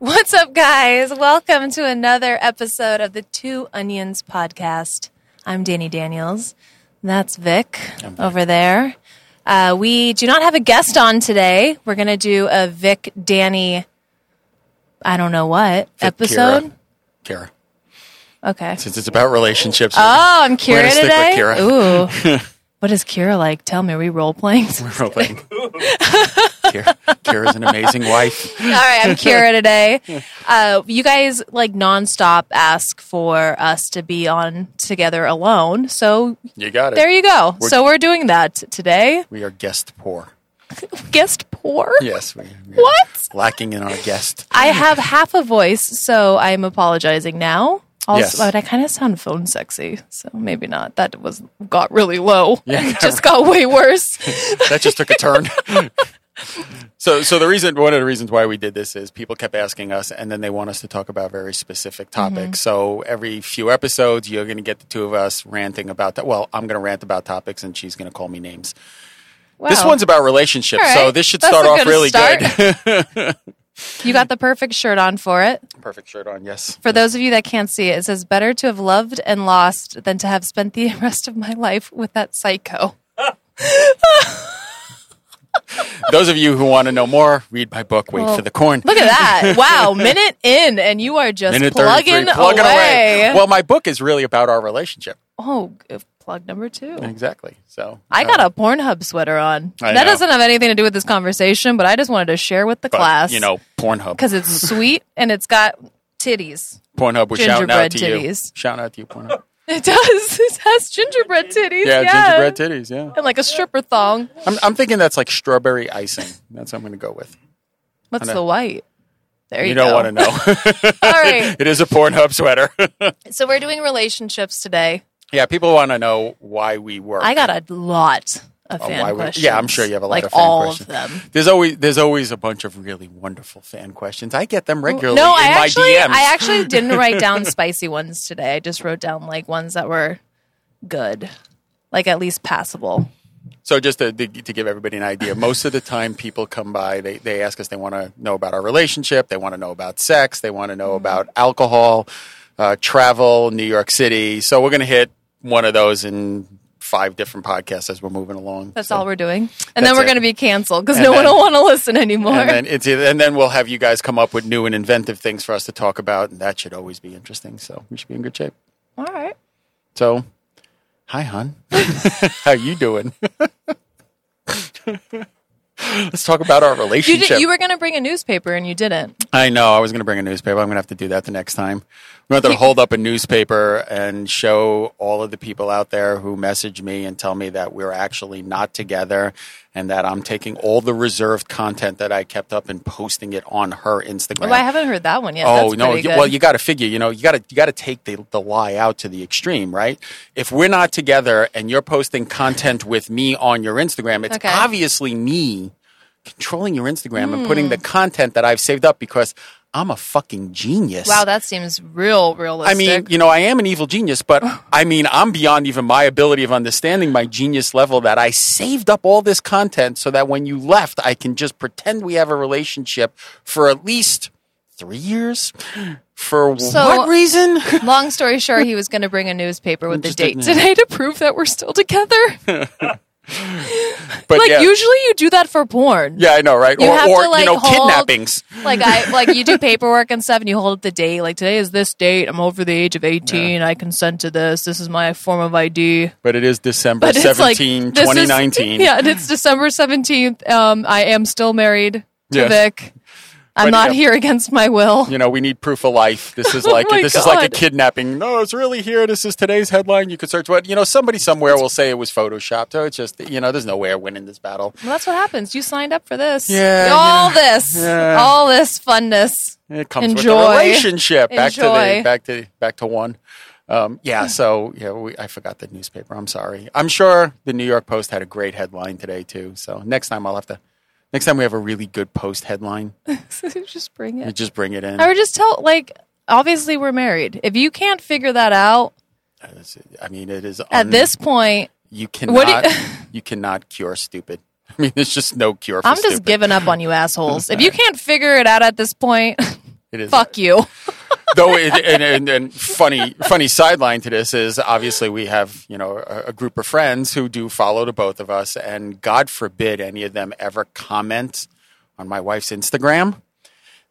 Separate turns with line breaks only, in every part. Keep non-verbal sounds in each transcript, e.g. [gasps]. What's up, guys? Welcome to another episode of the Two Onions podcast. I'm Danny Daniels. That's Vic over there. Uh, we do not have a guest on today. We're going to do a Vic Danny, I don't know what episode.
Kara.
Okay.
Since it's about relationships. [laughs]
Oh, I'm Kira
stick with
today.
Kira.
Ooh.
[laughs]
What is Kira like? Tell me, are we role playing? All
Role playing. Kara, Kara's an amazing
[laughs]
wife.
right, I'm Kira today. Uh, you guys like nonstop ask for us to be on together alone. So
You got
there you go. so we're doing that t- today.
We are guest poor.
Guest poor?
Yes. We, we are
What?
Lacking in our guest.
I have half a voice, so I'm apologizing now. Also,
Yes.
but I kind of sound phone sexy, so maybe not. That was got really low.
Yeah.
It [laughs] just got way worse.
that just took a turn. [laughs] so, so the reason, one of the reasons why we did this is people kept asking us, and then they want us to talk about very specific
Mm-hmm.
topics. So, every few episodes, you're going to get the two of us ranting about that. Well, I'm going to rant about topics, and she's going to call me names. This
Wow.
one's about relationships,
All
so
right.
this should
Oh. That's
start
a
off
good
really
start.
good. [laughs]
You got the perfect shirt on for it.
Perfect shirt on, yes.
For those of you that can't see it, it says better to have loved and lost than to have spent the [laughs] rest of my life with that psycho.
Those of you who want to know more, read my book. Wait
Well,
for the corn.
Look at
[laughs]
that. Wow. Minute in and you are just
Minute 33,
plugging,
plugging
away.
Well, my book is really about our relationship.
oh, g- plug number two.
Exactly. So
I
uh,
got a Pornhub sweater on.
I
that
know.
doesn't have anything to do with this conversation, but I just wanted to share with the
but,
class.
You know, Pornhub.
because it's
[laughs]
sweet and it's got titties.
Pornhub was shouting
Gingerbread
out to you.
titties.
Shouting out to you, Pornhub.
It does. [laughs] It has gingerbread titties.
Yeah,
Yeah,
gingerbread titties. Yeah,
and like a stripper thong.
I'm, I'm thinking that's like strawberry icing. That's what I'm going to go with.
What's
know.
the white? There you,
You, don't
go.
want to know. [laughs]
All right.
it is a Pornhub sweater. [laughs]
So we're doing relationships today.
yeah, people want to know why we work.
I got a lot of
Oh,
fan
why we-
questions.
yeah, I'm sure you have a lot
like
of fan
all
questions.
of them.
There's always there's always a bunch of really wonderful fan questions. I get them regularly.
no,
in
I
my
actually
DMs.
I actually didn't write
[laughs]
down spicy ones today. I just wrote down like ones that were good, like at least passable.
So just to, to, to give everybody an idea, most of the time people come by, they, they ask us, they want to know about our relationship, they want to know about sex, they want to
Mm-hmm.
know about alcohol, uh, travel, New York City. So we're going to hit one of those in five different podcasts as we're moving along.
That's
So-
all we're doing, and
That's
then we're
it.
going to be canceled because
And
no one
then-
will want to listen anymore.
And then it's and then we'll have you guys come up with new and inventive things for us to talk about, and that should always be interesting. So we should be in good shape.
[laughs] all right.
So, hi, hon. [laughs] How you doing? [laughs] Let's talk about our
You,
relationship.
did, you were going to bring a newspaper and you didn't.
I know. I was going to bring a newspaper. I'm going to have to do that the next time. We're going to have to hold up a newspaper and show all of the people out there who message me and tell me that we're actually not together and that I'm taking all the reserved content that I kept up and posting it on her Instagram.
Well, I haven't heard that one yet.
Oh
That's
no!
pretty
you-
good.
Well, you got to figure. You know, you got to you got to take the the lie out to the extreme, right? If we're not together and you're posting content with me on your Instagram, it's
Okay.
obviously me controlling your Instagram and putting
Hmm.
the content that I've saved up because I'm a fucking genius.
wow, that seems real
I
realistic.
mean, you know, I am an evil genius, but
[gasps]
I mean, I'm beyond even my ability of understanding my genius level that I saved up all this content so that when you left, I can just pretend we have a relationship for at least three years. For
So- [laughs]
what reason?
Long story short, he was going to bring a newspaper with the
Just
date
didn't-
today to prove that we're still
[laughs]
together.
But
like
yeah,
usually you do that for porn.
yeah, I know, right?
You
or,
have
or
to, like,
you know,
hold-
kidnappings.
Like
[laughs]
I like you do paperwork and stuff and you hold up the date like today is this date. I'm over the age of 18. I consent to this. This is my form of ID.
But it is December
But it's like [laughs]
17,
this is-
2019.
yeah, and it's December 17th. Um I am still married to
Yes.
Vic. I'm
But,
not
you know,
here against my will.
You know, we need proof of life. This
[laughs]
is like
Oh my
this is like a
God.
kidnapping. No, it's really here. This is today's headline. You could search what you know. Somebody somewhere will say it was photoshopped. Oh, it's just you know, there's no way we're winning this battle.
Well, that's what happens. You signed up for this.
Yeah, you
All
know.
this.
Yeah.
All this funness.
It comes with
Enjoy.
the relationship. Back to the
Enjoy.
back to back to one. Um, yeah, so yeah, we, I forgot the newspaper. I'm sorry. I'm sure the New York Post had a great headline today too. So next time I'll have to. Next time we have a really good post
[laughs]
headline,
just bring
you
it.
just bring it in.
I would just tell, like, obviously we're married. If you can't figure that out
It's- I mean, it is
at
un-
this point,
You
What do you- [laughs]
cannot. you cannot cure stupid. I mean, there's just no cure. for
I'm just
stupid.
giving up on you assholes.
[laughs]
If you can't figure it out at this point, [laughs]
It is
fuck you.
though it, and, and, and funny funny sideline to this is obviously we have you know a, a group of friends who do follow to both of us and god forbid any of them ever comment on my wife's instagram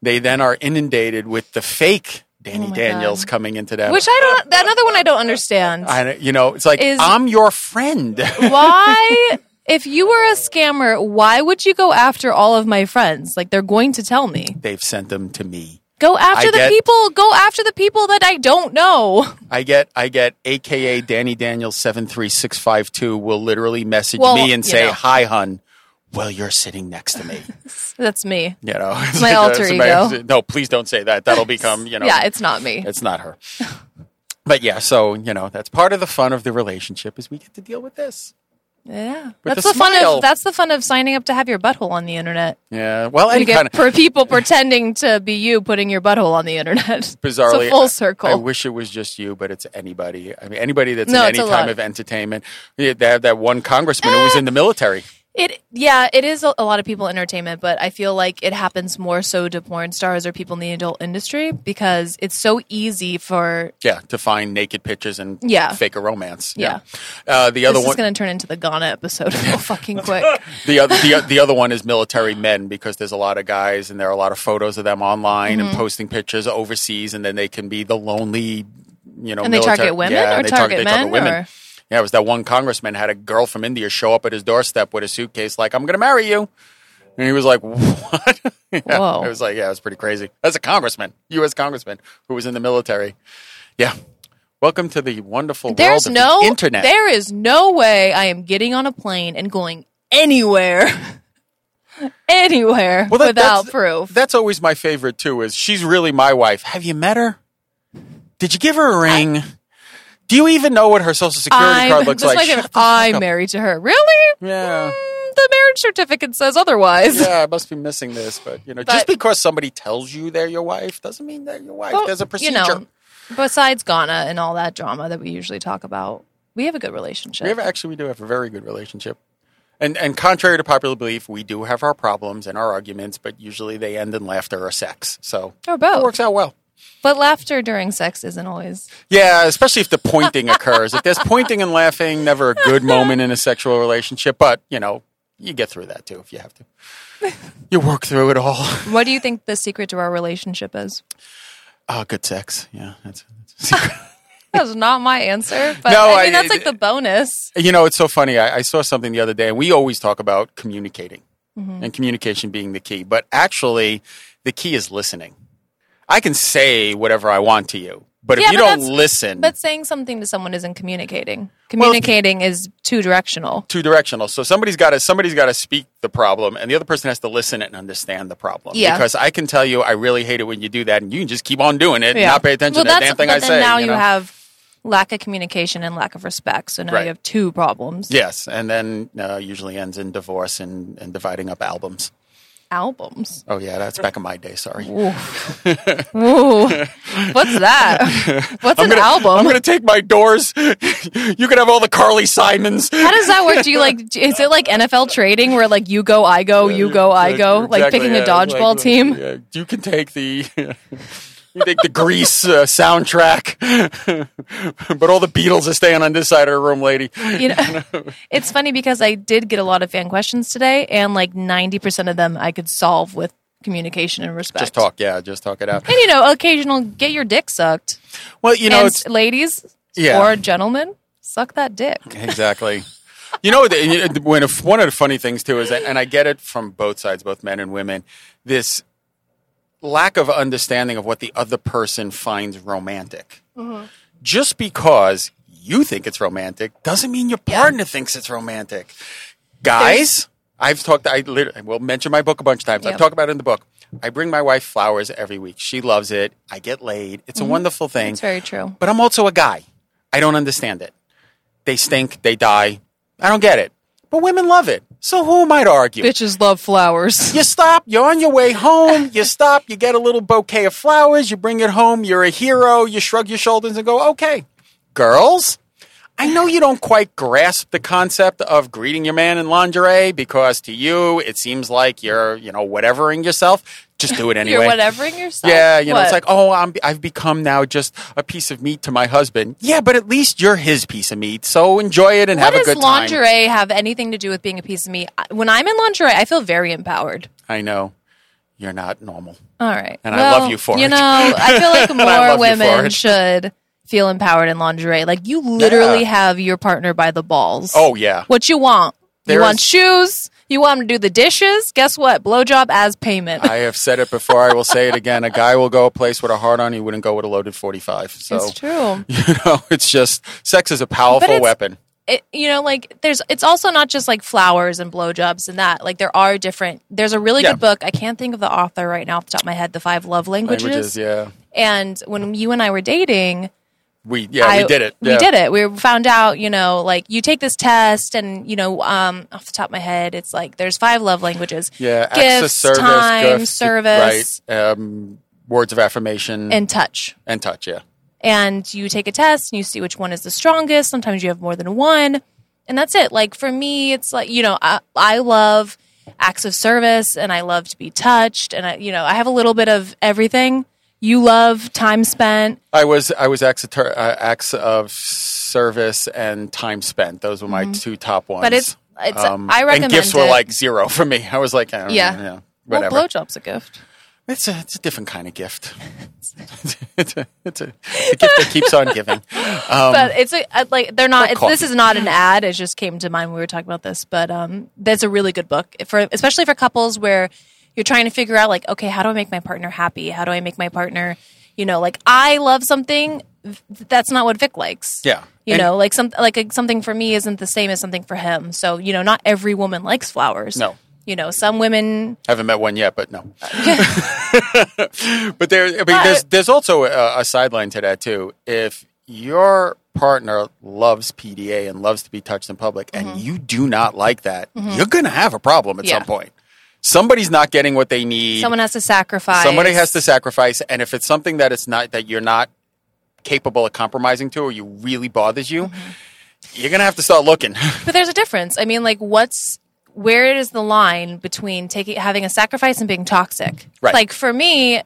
they then are inundated with the fake danny
Oh my
daniels
God.
coming into them
Which I don't, that another one I don't understand.
I, [laughs] you know it's like
Is-
i'm your friend [laughs]
Why, if you were a scammer, why would you go after all of my friends? Like, they're going to tell me.
they've sent them to me
Go after the
get-
people, go after the people that I don't know. [laughs]
I get, I get, aka Danny Daniels seven three six five two will literally message
Well,
me and
you
say,
know.
"Hi, hun." Well, you're sitting next
[laughs]
to me.
That's me.
You know, It's
My
like, uh,
alter
somebody-
ego.
No, please don't say that.
[laughs]
That'll become you know.
yeah, it's not me.
it's not her. But yeah, so you know that's part of the fun of the relationship is we get to deal with this.
Yeah,
With
that's
a
the fun
smile.
of that's the fun of signing up to have your butthole on the internet.
Yeah, well,
you
and
get
kind of
per people pretending to be you putting your butthole on the internet. [laughs]
bizarrely,
it's a full
I
circle.
wish it was just you, but it's anybody. I mean, anybody that's
No,
in
it's
any
a
time
lot. Eh.
of entertainment. Yeah, They have that one congressman who was in the military.
it yeah, it is a, a lot of people in entertainment, but I feel like it happens more so to porn stars or people in the adult industry because it's so easy for
Yeah, to find naked pictures and
Yeah.
fake a romance. Uh, the other
this
one,
is going to turn into the Ghana episode [laughs]
[laughs]
real fucking quick.
the other, the, the other one is military men because there's a lot of guys and there are a lot of photos of them online
Mm-hmm.
and posting pictures overseas, and then they can be the lonely, you know,
And they
military-
target women
yeah,
or
they
target
they
men, or-
Yeah, it was that one congressman had a girl from India show up at his doorstep with a suitcase, like "I'm going to marry you," and he was like, [laughs] "What?" yeah,
Whoa.
it was like, yeah, it was pretty crazy. That's a congressman, U.S. congressman who was in the military. Yeah, welcome to the wonderful world
There's
of
no
the internet.
There is no way I am getting on a plane and going anywhere, [laughs] anywhere
that-
without
that's,
proof.
That's always my favorite too. Is she's really my wife? Have you met her? Did you give her a ring? Do you even know what her social security
I'm,
card looks
this is
like?
my favorite.
Shut the fuck
I'm
up.
married to her. Really?
[laughs] Yeah.
Mm, the marriage certificate says otherwise.
Yeah, I must be missing this, but you know, just because somebody tells you they're your wife doesn't mean they're your
[laughs]
wife.
Well,
There's a procedure.
You know, besides Ghana and all that drama that we usually talk about, we have a good relationship.
We have actually we do have a very good relationship. And and contrary to popular belief, we do have our problems and our arguments, but usually they end in laughter or sex. So
Or both.
it works out well.
but laughter during sex isn't always.
Yeah, especially if the pointing occurs. If there's pointing and laughing, never a good moment in a sexual relationship, but you know, you get through that too if you have to. You work through it all.
What do you think the secret to our relationship is?
Oh, good sex. Yeah, that's, that's a secret.
That's not my answer, but
No,
I mean
I-
that's like the bonus.
You know, it's so funny. I, I saw something the other day, and we always talk about communicating
Mm-hmm.
and communication being the key. But actually, the key is listening. I can say whatever I want to you, but
Yeah,
if you
but
don't
that's-
listen,
But saying something to someone isn't communicating. Communicating is two directional.
two directional. So somebody's got to somebody's got to speak the problem, and the other person has to listen and understand the problem.
Yeah.
Because I can tell you, I really hate it when you do that, and you can just keep on doing it and
Yeah.
not pay attention
Well,
to the
that's
damn thing
but
I
then
say.
now you,
know?
have lack of communication and lack of respect. So now
Right.
you have two problems.
yes, and then uh, usually ends in divorce and, and dividing up albums.
Albums.
Oh yeah, that's back in my day. Sorry.
Ooh, what's
[laughs]
that? What's an
I'm
album?
going to take my doors. [laughs] you can have all the Carly Simons.
How does that work? Do you like? do- Is it like NFL trading where like you go, I go, you go, I go, like
Exactly,
picking
yeah,
a
it's
dodgeball
like,
team?
yeah, you can take the. [laughs] You take the Grease uh, soundtrack, [laughs] but all the Beatles are staying on this side of the room, lady.
you
[laughs]
know, it's funny because I did get a lot of fan questions today, and like ninety percent of them I could solve with communication and respect.
Just talk, yeah, just talk it out.
and you know, occasional get your dick sucked.
Well, you know,
and
it's,
s- ladies
Yeah.
or gentlemen, suck that dick.
exactly. You know, the, you- when if, one of the funny things too is, that, and I get it from both sides, both men and women. This lack of understanding of what the other person finds romantic. Just because you think it's romantic doesn't mean your partner thinks it's romantic. Guys, I've talked, I literally I will mention my book a bunch of times.
Yep.
I've talked about it in the book. I bring my wife flowers every week. She loves it. I get laid. It's a wonderful thing.
It's very true.
But I'm also a guy. I don't understand it. They stink, they die. I don't get it. But women love it. So who am I to argue?
Bitches love flowers.
You stop, you're on your way home, you stop, you get a little bouquet of flowers, you bring it home, you're a hero, you shrug your shoulders and go, okay. Girls, I know you don't quite grasp the concept of greeting your man in lingerie because to you it seems like you're, you know, whatevering yourself. Just do it anyway.
[laughs] You're whatevering yourself.
Yeah, you know, it's
What?
like, oh, I'm, I've become now just a piece of meat to my husband. Yeah, but at least you're his piece of meat, so enjoy it and
What
have a
does
good time.
lingerie have anything to do with being a piece of me? When I'm in lingerie, I feel very empowered.
I know you're not normal.
All right.
And I
Well,
love you for
You
it.
know, I feel
[laughs]
like
I
more
love you for
women
it.
should feel empowered in lingerie. Like you literally
Yeah.
have your partner by the balls.
Oh yeah,
What you want? you
There
want
is-
shoes? You want him to do the dishes? Guess what? Blowjob as payment.
I have said it before. I will say it again. A guy will go a place with a hard on. He wouldn't go with a loaded forty-five.
[laughs]
So [laughs]
it's true.
you know, it's just sex is a powerful
it's-
weapon.
It, you know, like there's. It's also not just like flowers and blowjobs and that. Like there are different. There's a really
Yeah.
good book. I can't think of the author right now off the top of my head. The five love languages.
Languages, yeah.
And when you and I were dating,
We yeah
I-
Oh, we did it.
We
Yeah.
did it. We found out, you know, like you take this test, and you know, um, off the top of my head, it's like there's five love languages.
Yeah,
gifts,
access, service,
time,
gift,
service,
right? Um, words of affirmation
and touch.
and touch. Yeah,
And you take a test, and you see which one is the strongest. Sometimes you have more than one, and that's it. Like for me, it's like you know, I, I love acts of service, and I love to be touched, and I, you know, I have a little bit of everything. You love time spent. Oh,
I was I was acts of, ter- uh, acts of service and time spent. Those were my two top
Mm-hmm.
ones. Um,
But it's- it's- I
And
recommend
gifts were
it.
like zero for me. I was like, I don't know,
Yeah.
yeah, whatever.
Well, blowjob's a gift.
it's a it's a different kind of gift. [laughs] it's a it's a, it's a gift that keeps on
[laughs]
giving. Um,
but it's a, uh, like they're not.
Or
It's, this
coffee.
is not an ad. It just came to mind when we were talking about this. But um, that's a really good book for especially for couples where you're trying to figure out like, okay, how do I make my partner happy? How do I make my partner, you know, like I love something. th- That's not what Vic likes.
Yeah.
You
And-
know, like some like a, something for me isn't the same as something for him. So you know, not every woman likes flowers.
No.
You know, some women.
I haven't met one
[laughs]
yet, but no. but there, I mean, there's
But-
there's also a, a sideline to that too. If your partner loves PDA and loves to be touched in public, and you do not like that, you're going to have a problem at
Mm-hmm. Yeah.
some point. Somebody's not getting what they need.
Someone has to sacrifice.
Somebody has to sacrifice, and if it's something that it's not that you're not capable of compromising to, or you really bothers you,
Mm-hmm.
you're going to have to
[laughs]
start looking.
But there's a difference. I mean, like, what's where is the line between taking having a sacrifice and being toxic?
Right.
Like for me,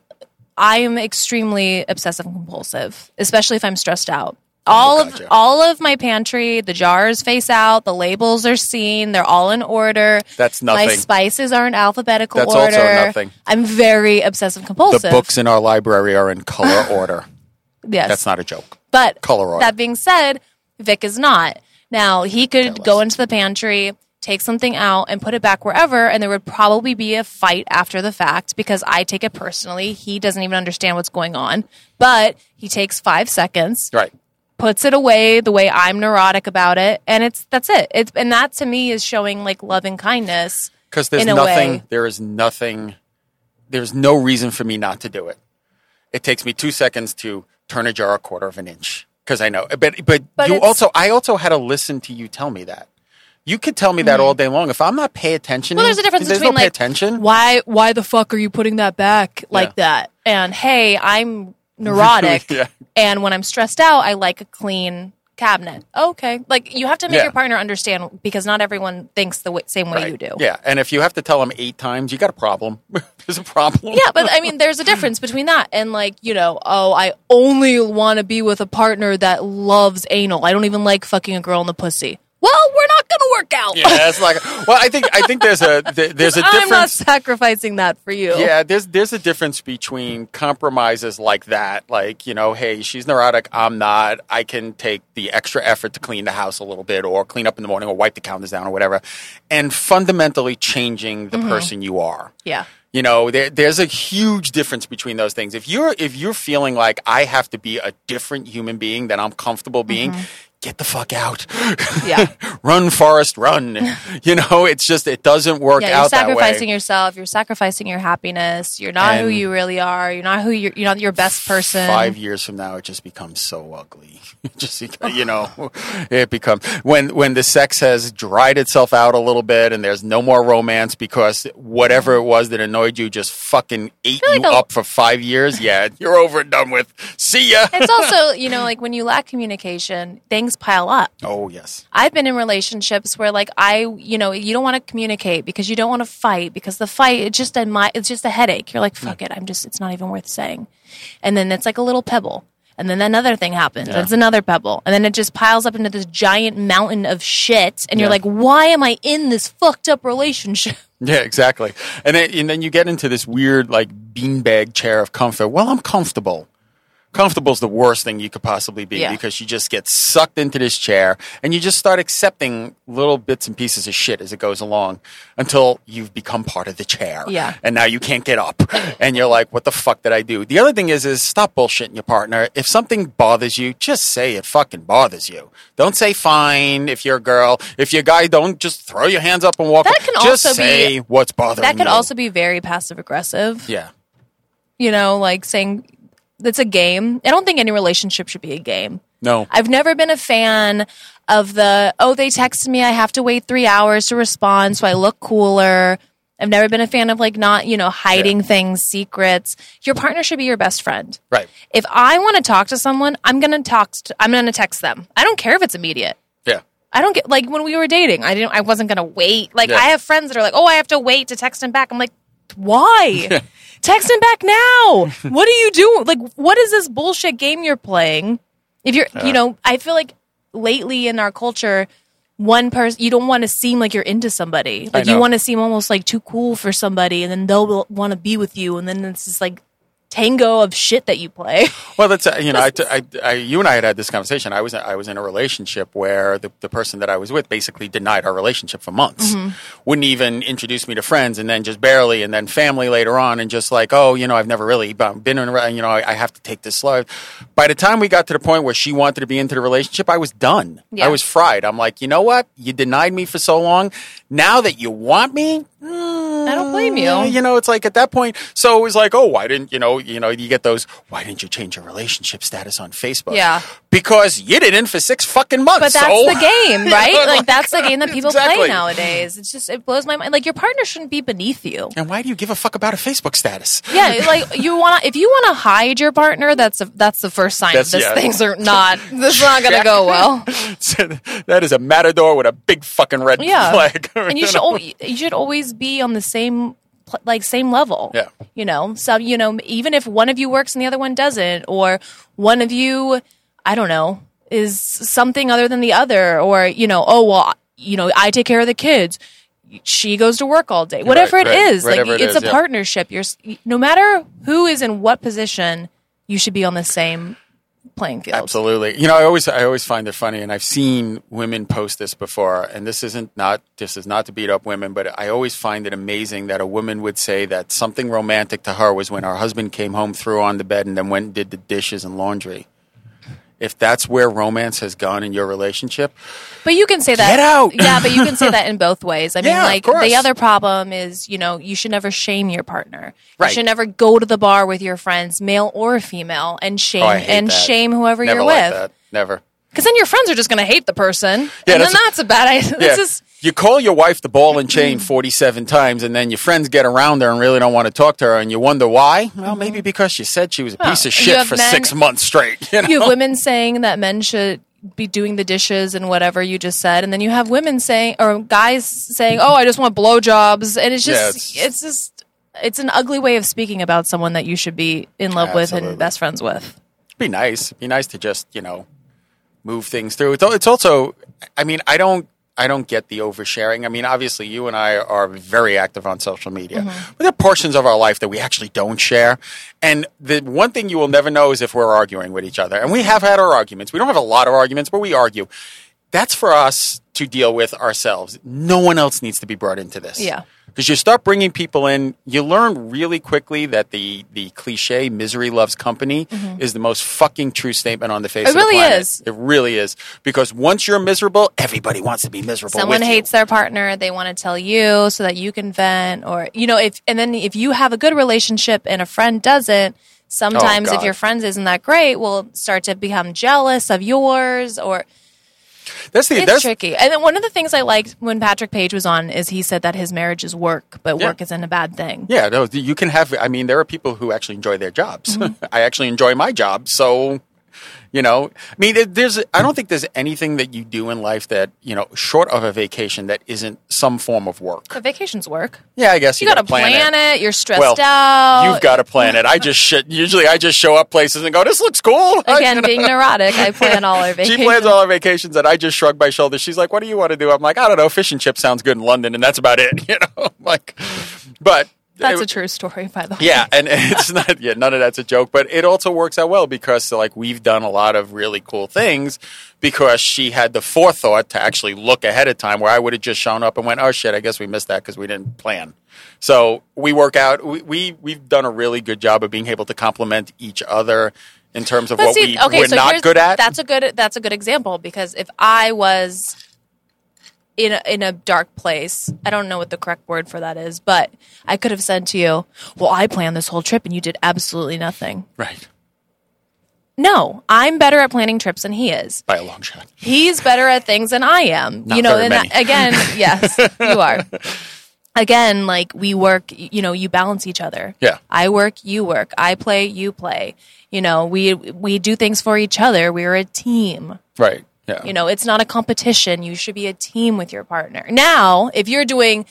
I'm extremely obsessive and compulsive, especially if I'm stressed out. All
God,
of
yeah.
all of my pantry, the jars face out, the labels are seen, they're all in order.
That's
My
nothing.
spices are in alphabetical
That's
order.
also nothing.
I'm very obsessive
the
compulsive.
books in our library are in color order.
[sighs] yes.
That's not a joke.
But
Color order.
that being said, Vic is not. Now he could go into the pantry, take something out, and put it back wherever, and there would probably be a fight after the fact because I take it personally. He doesn't even understand what's going on, but he takes five seconds,
Right.
puts it away the way I'm neurotic about it, and it's that's it. It's and that to me is showing like love and kindness.
because there's
in a
nothing
way.
there is nothing there's no reason for me not to do it it takes me two seconds to turn a jar a quarter of an inch because i know but but,
But
you
it's-
also i also had to listen to you tell me that you could tell me that all day long if i'm not pay attention
Mm-hmm. Well, there's a difference
there's
between
no pay
like
attention
why why the fuck are you putting that back like that? And hey, I'm neurotic,
[laughs] Yeah.
and when I'm stressed out, I like a clean cabinet. Okay, like you have to make
Yeah.
your partner understand because not everyone thinks the w- same way
Right.
you do.
yeah and if you have to tell them eight times you got a problem [laughs] there's a problem
Yeah, but I mean, there's a difference between that and like you know, oh, I only want to be with a partner that loves anal. I don't even like fucking a girl in the pussy. Well, we're not gonna work out.
[laughs] yeah it's like well i think i think there's a there- there's a
[laughs]
difference
I'm not sacrificing that for you.
Yeah, there's there's a difference between compromises like that, like you know, hey, she's neurotic, I'm not. I can take the extra effort to clean the house a little bit, or clean up in the
Mm-hmm.
morning, or wipe the counters down, or whatever, and fundamentally changing the person you are.
yeah.
You know, there, there's a huge difference between those things. If you're if you're feeling like I have to be a different human being than I'm comfortable being,
Mm-hmm.
get the fuck out. [laughs]
Yeah.
run,
[laughs]
Forrest, run. you know, it's just it doesn't work
yeah, you're
out that way.
sacrificing yourself. You're sacrificing your happiness. You're not who
And-
you really are. You're not who you're. You're not your best person.
Five years from now, it just becomes so ugly. [laughs] just you know, it becomes when when the sex has dried itself out a little bit, and there's no more romance because whatever it was that annoyed you just fucking ate
feel
you
like a-
up for five years. Yeah, you're over and done with. See ya.
It's also you know like when you lack communication, things pile up.
Oh yes,
I've been in relationships where like I, you know, you don't want to communicate because you don't want to fight because the fight it's just a my it's just a headache. You're like, fuck it, I'm just it's not even worth saying. And then it's like a little pebble. And then another thing happens. It's another pebble. And then it just piles up into this giant mountain of shit and you're
Yeah.
like, why am I in this fucked up relationship?
[laughs] yeah, exactly. And it, and then you get into this weird like beanbag chair of comfort. Well, I'm comfortable. Comfortable's the worst thing you could possibly be
Yeah.
because you just get sucked into this chair and you just start accepting little bits and pieces of shit as it goes along until you've become part of the chair.
Yeah.
And now you can't get up. [laughs] and you're like, what the fuck did I do? The other thing is is stop bullshitting your partner. If something bothers you, just say it fucking bothers you. Don't say fine if you're a girl. If you're a guy, don't just throw your hands up and walk.
That can
just
also be-
say what's bothering
That could
you.
also be very passive aggressive.
Yeah.
You know, like saying it's a game. I don't think any relationship should be a game.
No.
I've never been a fan of the, oh, they texted me. I have to wait three hours to respond, so I look cooler. I've never been a fan of like not, you know, hiding things, secrets. Your partner should be your best friend.
right.
If I want to talk to someone, I'm going to talk, to, I'm going to text them. I don't care if it's immediate.
Yeah.
I don't get like when we were dating, I didn't I wasn't gonna wait. Like
Yeah.
I have friends that are like, Oh, I have to wait to text him back. I'm like,
[laughs]
why? text him back now. what are you doing? Like, what is this bullshit game you're playing? If you're you know, I feel like lately in our culture, one person you don't want to seem like you're into somebody. Like you
know.
want to seem almost like too cool for somebody and then they'll want to be with you and then it's just like tango of shit that you play.
Well, that's uh, you know, I, I, I, you and I had had this conversation. I was I was in a relationship where the, the person that I was with basically denied our relationship for months,
Mm-hmm.
wouldn't even introduce me to friends, and then just barely, and then family later on, and just like, oh, you know, I've never really bu- been in, a re- you know, I, I have to take this slow. By the time we got to the point where she wanted to be into the relationship, I was done.
Yeah.
I was fried. I'm like, you know what? You denied me for so long. Now that you want me, mm,
I don't blame you.
You know, it's like at that point. So it was like, oh, why didn't you know? You know, you get those. Why didn't you change your relationship status on Facebook?
Yeah.
because you didn't for six fucking months.
But that's
so-
the
[laughs]
game, right?
You know,
like that's the game that people play
Exactly.
nowadays. It's just it blows my mind. Like your partner shouldn't be beneath you.
And why do you give a fuck about a Facebook status? [laughs]
Yeah, like you want to if you want to hide your partner, that's a, that's the first sign
That's-
that this
yeah.
things are not this is not
[laughs]
going to go well.
that is a matador with a big fucking red [laughs]
Yeah,
flag.
and you should
[laughs]
al- you should always be on the same pl- like same level.
Yeah.
you know, so you know, even if one of you works and the other one doesn't, or one of you, I don't know, is something other than the other, or you know, oh well, you know, I take care of the kids. She goes to work all day. Whatever it
right,
is,
whatever
like
it
it's
is,
a
yeah.
partnership. You're s- no matter who is in what position, you should be on the same playing field.
Absolutely. You know, I always I always find it funny, and I've seen women post this before. And this isn't not this is not to beat up women, but I always find it amazing that a woman would say that something romantic to her was when her husband came home, threw on the bed, and then went and did the dishes and laundry. If that's where romance has gone in your relationship,
But you can say that.
Get out!
[laughs] Yeah, but you can say that in both ways. I mean,
Yeah, of
like
course.
the other problem is, you know, you should never shame your partner. You
Right.
should never go to the bar with your friends, male or female, and shame
oh, I hate
and
that.
shame whoever
Never
you're
liked
with.
That. Never.
Because then your friends are just going to hate the person, and
that's
then that's a bad idea.
Yeah.
This is
you call your wife the ball and chain 47 times, and then your friends get around her and really don't want to talk to her, and you wonder why? Well, maybe because you said she was a piece
and
of
you
shit
have
for
men-
six months straight. [laughs] You know?
you have women saying that men should be doing the dishes and whatever you just said, and then you have women saying or guys saying, "Oh, I just want blowjobs," and it's just
Yeah,
it's,
it's-
just it's an ugly way of speaking about someone that you should be in love with
Absolutely.
and best friends with.
be nice. Be nice to just you know move things through. It's, al- it's also, I mean, I don't. I don't get the oversharing. I mean, obviously, you and I are very active on social media,
Mm-hmm.
but there are portions of our life that we actually don't share. And the one thing you will never know is if we're arguing with each other. And we have had our arguments. We don't have a lot of arguments, but we argue. That's for us to deal with ourselves. No one else needs to be brought into this.
Yeah.
because you start bringing people in, you learn really quickly that the the cliche "misery loves company" is the most fucking true statement on the face.
Mm-hmm. It
of the
really
planet.
is.
It really is because once you're miserable, everybody wants to be miserable.
Someone
with you.
hates their partner, they want to tell you so that you can vent or you know, if and then if you have a good relationship and a friend doesn't, sometimes if
Oh, God.
your friend's isn't that great, will start to become jealous of yours or
That's the
it's
that's
tricky. And then one of the things I liked when Patrick Page was on is he said that his marriage is work, but
Yeah.
work isn't a bad thing.
yeah. No, you can have. I mean, there are people who actually enjoy their jobs.
Mm-hmm.
[laughs] I actually enjoy my job, so you know. I mean, there- there's. I don't think there's anything that you do in life that you know, short of a vacation, that isn't some form of work.
But vacations work.
Yeah, I guess
You,
you,
got to plan, it. You're stressed
well,
out.
You've got [laughs] to plan it.
[laughs]
I just shit. Usually, I just show up places and go, "This looks cool." I-
Again, being neurotic, I plan all our
[laughs] she
vacations.
plans all her vacations, and I just shrug my shoulders. She's like, "What do you want to do?" I'm like, "I don't know. Fish and chips sounds good in London, and that's about it." [laughs] You know, like, but
That's
it-
a true story, by the way.
[laughs] yeah, and it's not yeah, none of that's a joke, but it also works out well because like we've done a lot of really cool things because she had the forethought to actually look ahead of time where I would have just shown up and went, "Oh shit, I guess we missed that because we didn't plan." So, we work out we, we we've done a really good job of being able to complement each other in terms of
But
what
see,
we,
okay,
we're
so
not
here's-
good at.
That's a good. That's a good example because if I was in a, in a dark place, I don't know what the correct word for that is, but I could have said to you, "Well, I planned this whole trip, and you did absolutely nothing."
right.
No, I'm better at planning trips than he is.
By a long shot.
He's better at things than I am.
Not
you know,
very
and
many.
I-
[laughs]
again, yes, you are. Again, like we work, y- you know, you balance each other.
Yeah.
I work, you work. I play, you play. You know, we we do things for each other. We're a team.
Right. Yeah.
You know, it's not a competition. You should be a team with your partner. Now, if you're doing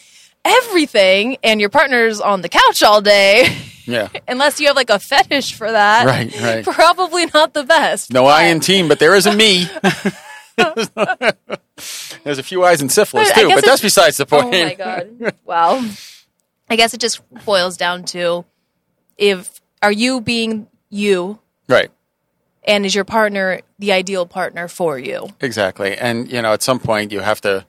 everything and your partner's on the couch all day, [laughs]
yeah.
unless you have like a fetish for that,
Right, right.
probably not the best.
No I
But-
in team, but there is a
[laughs]
me. There's a few eyes in syphilis
But I
too,
guess
but
it's-
that's besides the point.
Oh my god! Wow. I guess it just boils down to if are you being you,
[laughs] Right.
and is your partner the ideal partner for you?
Exactly. And you know, at some point you have to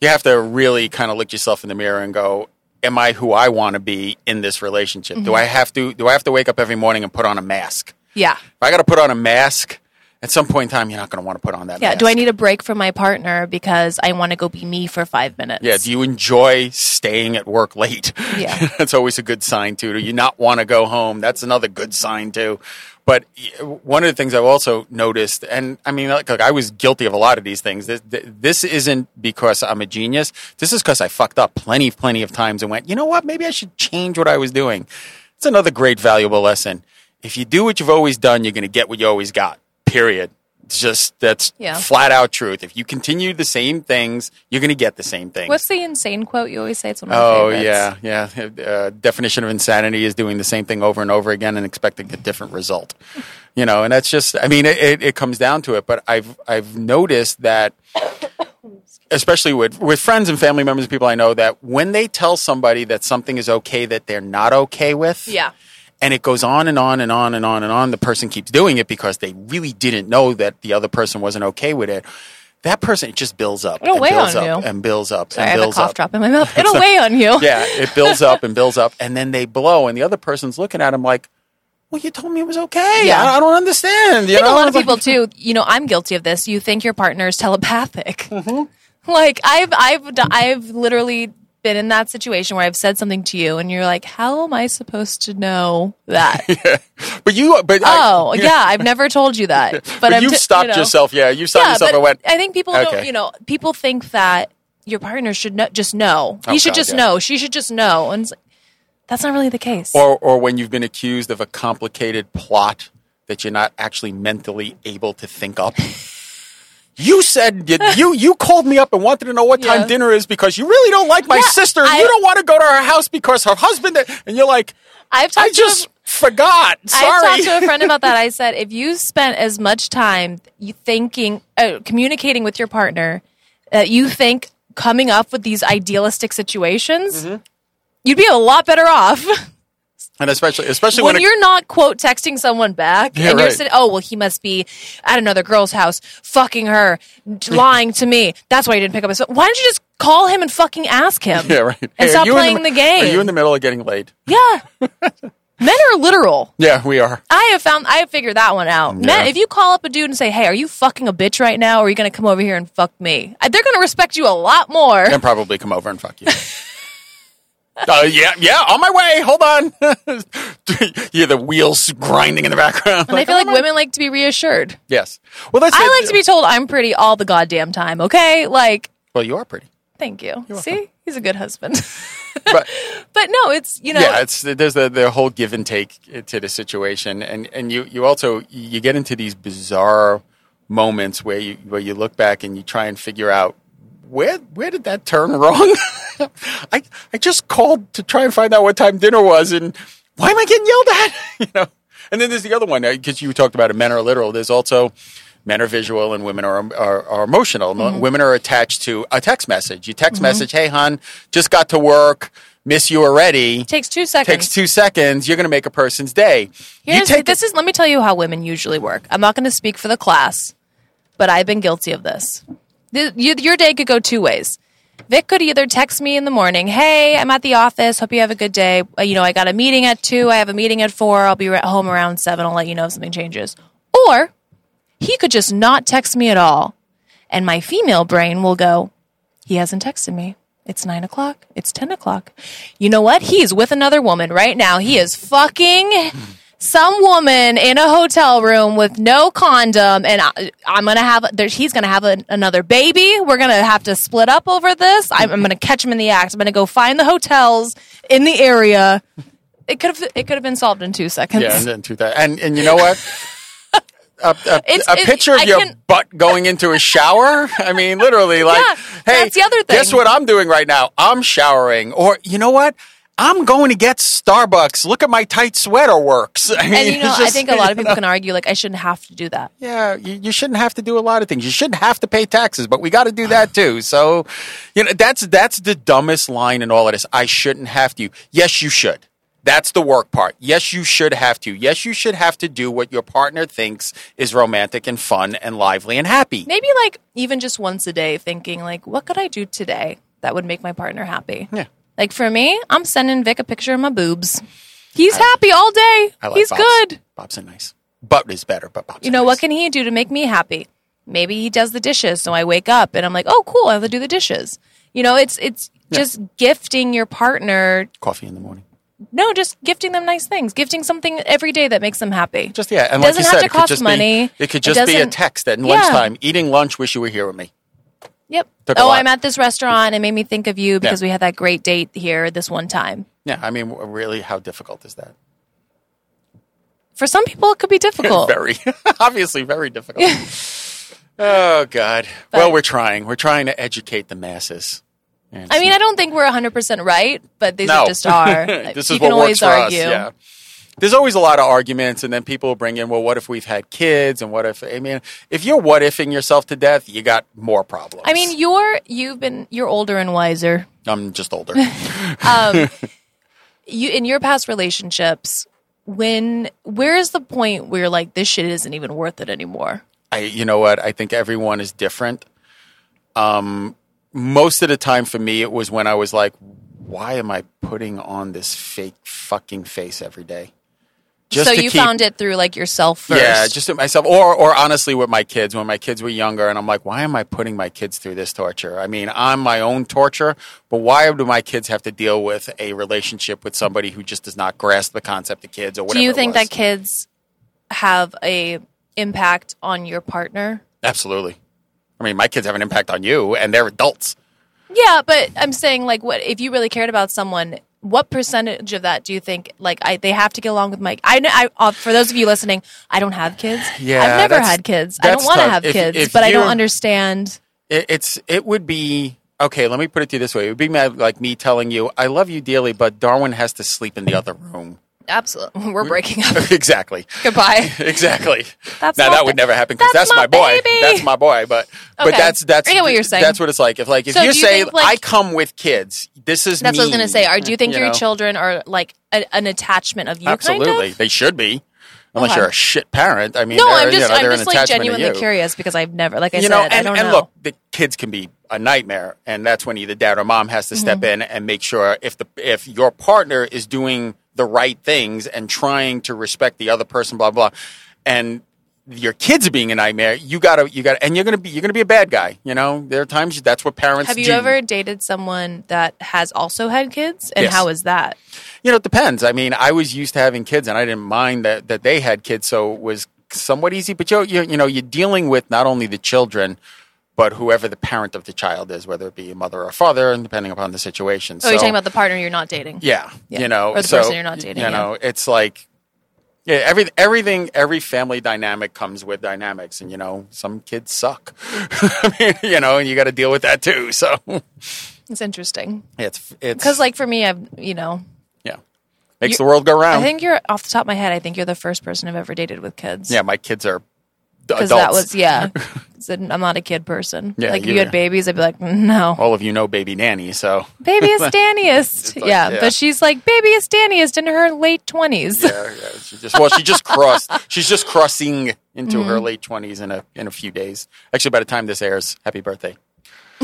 you have to really kind of look yourself in the mirror and go, am I who I want to be in this relationship?
Mm-hmm.
Do I have to do I have to wake up every morning and put on a mask?
Yeah.
If I got to put on a mask, at some point in time you're not going to want to put on that
Yeah.
mask.
Do I need a break from my partner because I want to go be me for five minutes?
Yeah, do you enjoy staying at work late?
Yeah.
[laughs] That's always a good sign too. Do you not want to go home? That's another good sign too. But y- one of the things I've also noticed, and I mean, like, look, I was guilty of a lot of these things. This, th- this isn't because I'm a genius. This is because I fucked up plenty, plenty of times and went, you know what? Maybe I should change what I was doing. It's another great, valuable lesson. If you do what you've always done, you're going to get what you always got. Period. It's just that's
Yeah.
flat out truth. If you continue the same things, you're going to get the same things.
What's the insane quote you always say? It's one of my
Oh
favorites.
yeah, yeah. Uh, definition of insanity is doing the same thing over and over again and expecting a different result. You know, and that's just. I mean, it, it, it comes down to it. But I've I've noticed that, especially with with friends and family members, people I know, that when they tell somebody that something is okay that they're not okay with,
Yeah.
and it goes on and on and on and on and on. The person keeps doing it because they really didn't know that the other person wasn't okay with it. That person it just buills up
It'll
and
weigh
builds
on
up
you.
and builds up
Sorry, I
and
have a
builds
cough
up.
drop in my mouth.
[laughs]
It'll weigh on you.
Yeah, it builds up and builds up, and then they blow, and the other person's looking at him like, "Well, you told me it was okay.
Yeah.
I, I don't understand." You
I think a
know,
lot of
It's like-
people too. You know, I'm guilty of this. You think your partner is telepathic.
Mm-hmm.
[laughs] Like I've I've d- I've literally been in that situation where I've said something to you, and you're like, "How am I supposed to know
[laughs]
that?"
but you, but I-
oh, yeah, I've never told you
[laughs]
that. But,
but,
I'm
you've
t-
stopped
you know.
yourself. Yeah, you stopped
Yeah,
yourself
but
and went.
I think people don't.
Okay.
You know, people think that your partner should know, just know. He
Oh,
should
God,
just
yeah.
know. She should just know. And it's like, that's not really the case.
or or when you've been accused of a complicated plot that you're not actually mentally able to
[laughs]
think up. You said you, you you called me up and wanted to know what time
Yeah.
dinner is because you really don't like my
Yeah,
sister. and
I-
you don't want to go to her house because her husband. And you're like,
I've talked
I
to
just
a-
forgot. Sorry.
I talked to a friend about that. I said, if you spent as much time you thinking, uh, communicating with your partner, that you think coming up with these idealistic situations,
Mm-hmm.
you'd be a lot better off. [laughs]
and especially especially
when
when, it-
you're not quote texting someone back,
Yeah,
and you're
right.
sitting, oh well, he must be
[laughs]
at another girl's house, fucking her, lying to me. That's why he didn't pick up his phone. Why don't you just call him and fucking ask him.
[laughs] Yeah, right.
And
Hey,
stop
are you in
playing the,
mi-
game.
Are you in the middle of getting laid?
yeah.
[laughs]
Men are literal.
Yeah, we are.
I have found I have figured that one out. Men, if you call up a dude and say, "Hey, are you fucking a bitch right now? Or are you going to come over here and fuck me?" I- They're going to respect you a lot more.
And probably come over and
[laughs]
fuck you. Uh, yeah, yeah, on my way. Hold on. [laughs] you hear the wheels grinding in the background.
And I feel
"Oh,
like
my-"
women like to be reassured.
Yes. Well, that's
I
it.
like to be told I'm pretty all the goddamn time. Okay, like
Well, you are pretty.
thank you. See, he's a good husband. [laughs]
But
but no, it's you know,
yeah, it's there's the, the whole give and take to the situation, and and you you also you get into these bizarre moments where you where you look back and you try and figure out where where did that turn [laughs] wrong. I I just called to try and find out what time dinner was, and why am I getting yelled at? [laughs] you know. And then there's the other one because you talked about it, men are literal. There's also men are visual and women are are, are emotional.
Mm-hmm.
Mo- Women are attached to a text message. You text message, "Hey, hon, just got to work." Miss you already
takes two seconds.
takes two seconds, you're going to make a person's day. You
Here's,
take-
this is let me tell you how women usually work. I'm not going to speak for the class, but I've been guilty of this. Th- you- your day could go two ways. Vic could either text me in the morning, "Hey, I'm at the office. Hope you have a good day. Uh, You know, I got a meeting at two. I have a meeting at four. I'll be at home around seven. I'll let you know if something changes." Or he could just not text me at all, and my female brain will go, he hasn't texted me. It's nine o'clock. It's 10 o'clock. You know what? He is with another woman right now. He is fucking some woman in a hotel room with no condom. And I, I'm going to have, there, he's going to have an another baby. We're going to have to split up over this. I'm, I'm going to catch him in the act. I'm going to go find the hotels in the area. It could have, it could have been solved in two seconds.
yeah, and then two thousand. And and you know what?
[laughs]
A, a,
It's-
a
it-
picture of
I
your
can-
butt going into a shower. I mean, literally, like,
Yeah,
hey,
that's the other
Guess
thing.
what I'm doing right now? I'm showering, or you know what? I'm going to get Starbucks. Look at my tight sweater works. [laughs] I mean,
and you know,
it's
I
just-
think a lot of
[laughs]
people can argue like, I shouldn't have to do that.
Yeah, you, you shouldn't have to do a lot of things. You shouldn't have to pay taxes, but we got to do that too. So, you know, that's that's the dumbest line in all of this. I shouldn't have to. Yes, you should. That's the work part. Yes, you should have to. Yes, you should have to do what your partner thinks is romantic and fun and lively and happy.
maybe like even just once a day thinking like what could i do today that would make my partner happy
Yeah.
like for me i'm sending vic a picture of my boobs he's happy all day he's
Bob's.
good
Bob's are nice. Butt is better, but Bob's.
you
are
know what
nice.
can he do to make me happy maybe he does the dishes so i wake up and i'm like oh cool i have to do the dishes you know it's it's just gifting your partner
coffee in the morning?
no just gifting them nice things gifting something every day that makes them happy
Just yeah, and
doesn't
like you
have
said,
to
it could
cost
just
money
be it could just be a
doesn't-
text at
Yeah.
lunchtime. Eating lunch, wish you were here with me.
yep
Took a
oh
lot.
i'm at this restaurant it made me think of you because
Yeah.
we had that great date here this one time
Yeah, I mean, really, how difficult is that?
for some people it
[laughs]
could be difficult
Very, obviously, very difficult. oh God! well, we're trying. We're trying to educate
[laughs]
the masses. And
I mean, I don't think we're 100% right, but these
No.
are just
[laughs]
our.
this
you can
is what works
always
for
argue.
us. Yeah. There's always a lot of arguments, and then people bring in, well, what if we've had kids, and what if? I mean, if you're what ifing yourself to death, you got more problems.
I mean, you're you've been you're older and wiser.
I'm
[laughs]
just older.
You in your past relationships, when where is the point where you're like this shit isn't even worth it anymore?
I, you know what? I think everyone is different. Um, most of the time for me, it was when I was like, why am I putting on this fake fucking face every day?
so
to
you
keep-
found it through like yourself first.
Yeah, just at myself, or or honestly, with my kids when my kids were younger, and I'm like, why am I putting my kids through this torture? I mean, I'm my own torture, but why do my kids have to deal with a relationship with somebody who just does not grasp the concept of kids or whatever?
Do you
it
think
was?
that kids have a impact on your partner?
Absolutely. I mean, my kids have an impact on you, and they're adults.
Yeah, but I'm saying like what if you really cared about someone what percentage of that do you think like I they have to get along with Mike? I know I uh, for those of you listening, I don't have kids.
[sighs] Yeah,
I've never
that's-
had kids. I don't
that's
want to
tough.
have
If-
kids,
if
but I don't
you-
understand.
It, it's it would be okay. Let me put it to you this way: it would be ma- like me telling you, "I love you dearly," but Darwin has to sleep in the other room. [laughs]
Absolutely, [laughs] we're breaking up.
exactly. [laughs]
Goodbye.
Exactly.
That's
now
not
that would
the-
never happen because
that's
that's,
my
my, boy.
baby.
That's my boy. But but
Okay.
that's that's
I get what you're saying.
That's what it's like. If like if
So
you
do you
say
think, like-
I come with kids, this is
That's what I was
me,"
gonna say. Are do you think your
know?
children are like a, an attachment of you?
Absolutely,
Kind of?
they should be. unless
Okay.
you're a shit parent. I mean,
No,
they're-
I'm just
you know,
I'm
they're
just
an
like
attachment to
genuinely
you.
curious because I've never like I
you
said
know, and,
I don't
and
know.
look, the kids can be a nightmare, and that's when either dad or mom has to step
Mm-hmm.
in and make sure if the if your partner is doing the right things and trying to respect the other person, blah blah, and your kids are being a nightmare. You gotta, you gotta, and you're gonna be, you're gonna be a bad guy. You know, there are times that's what parents
Have you
do.
ever dated someone that has also had kids, and
Yes.
how is that?
You know, it depends. I mean, I was used to having kids, and I didn't mind that that they had kids, so it was somewhat easy. But you, you, you know, you're dealing with not only the children, but whoever the parent of the child is, whether it be a mother or a father, and depending upon the situation.
Oh, you're talking about the partner you're not dating.
yeah,
Yeah.
you know,
Or the
so,
person you're not dating,
You know, it's like. Yeah, every, everything, every family dynamic comes with dynamics, and you know, some kids suck. [laughs] I mean, you know, and you got to deal with that too. So [laughs]
It's interesting
it's it's
because, like, for me, I've you know,
yeah, makes the world go
I
round.
think you're off the top of my head. I think you're the first person I've ever dated with kids.
Yeah, my kids are d- adults.
because that was
[laughs]
yeah. 'Cause I'm not a kid person.
Yeah,
like if
you-
you had babies, I'd be like, no.
[laughs] All of you know Baby
[laughs]
Nanny, so
babyest danniest
like,
yeah,
yeah.
but she's like babyest danniest in her late 20s
yeah, yeah. She just well, she just crossed. She's just crossing into her
Mm-hmm.
late twenties in a in a few days. Actually, by the time this airs, happy birthday.
[laughs]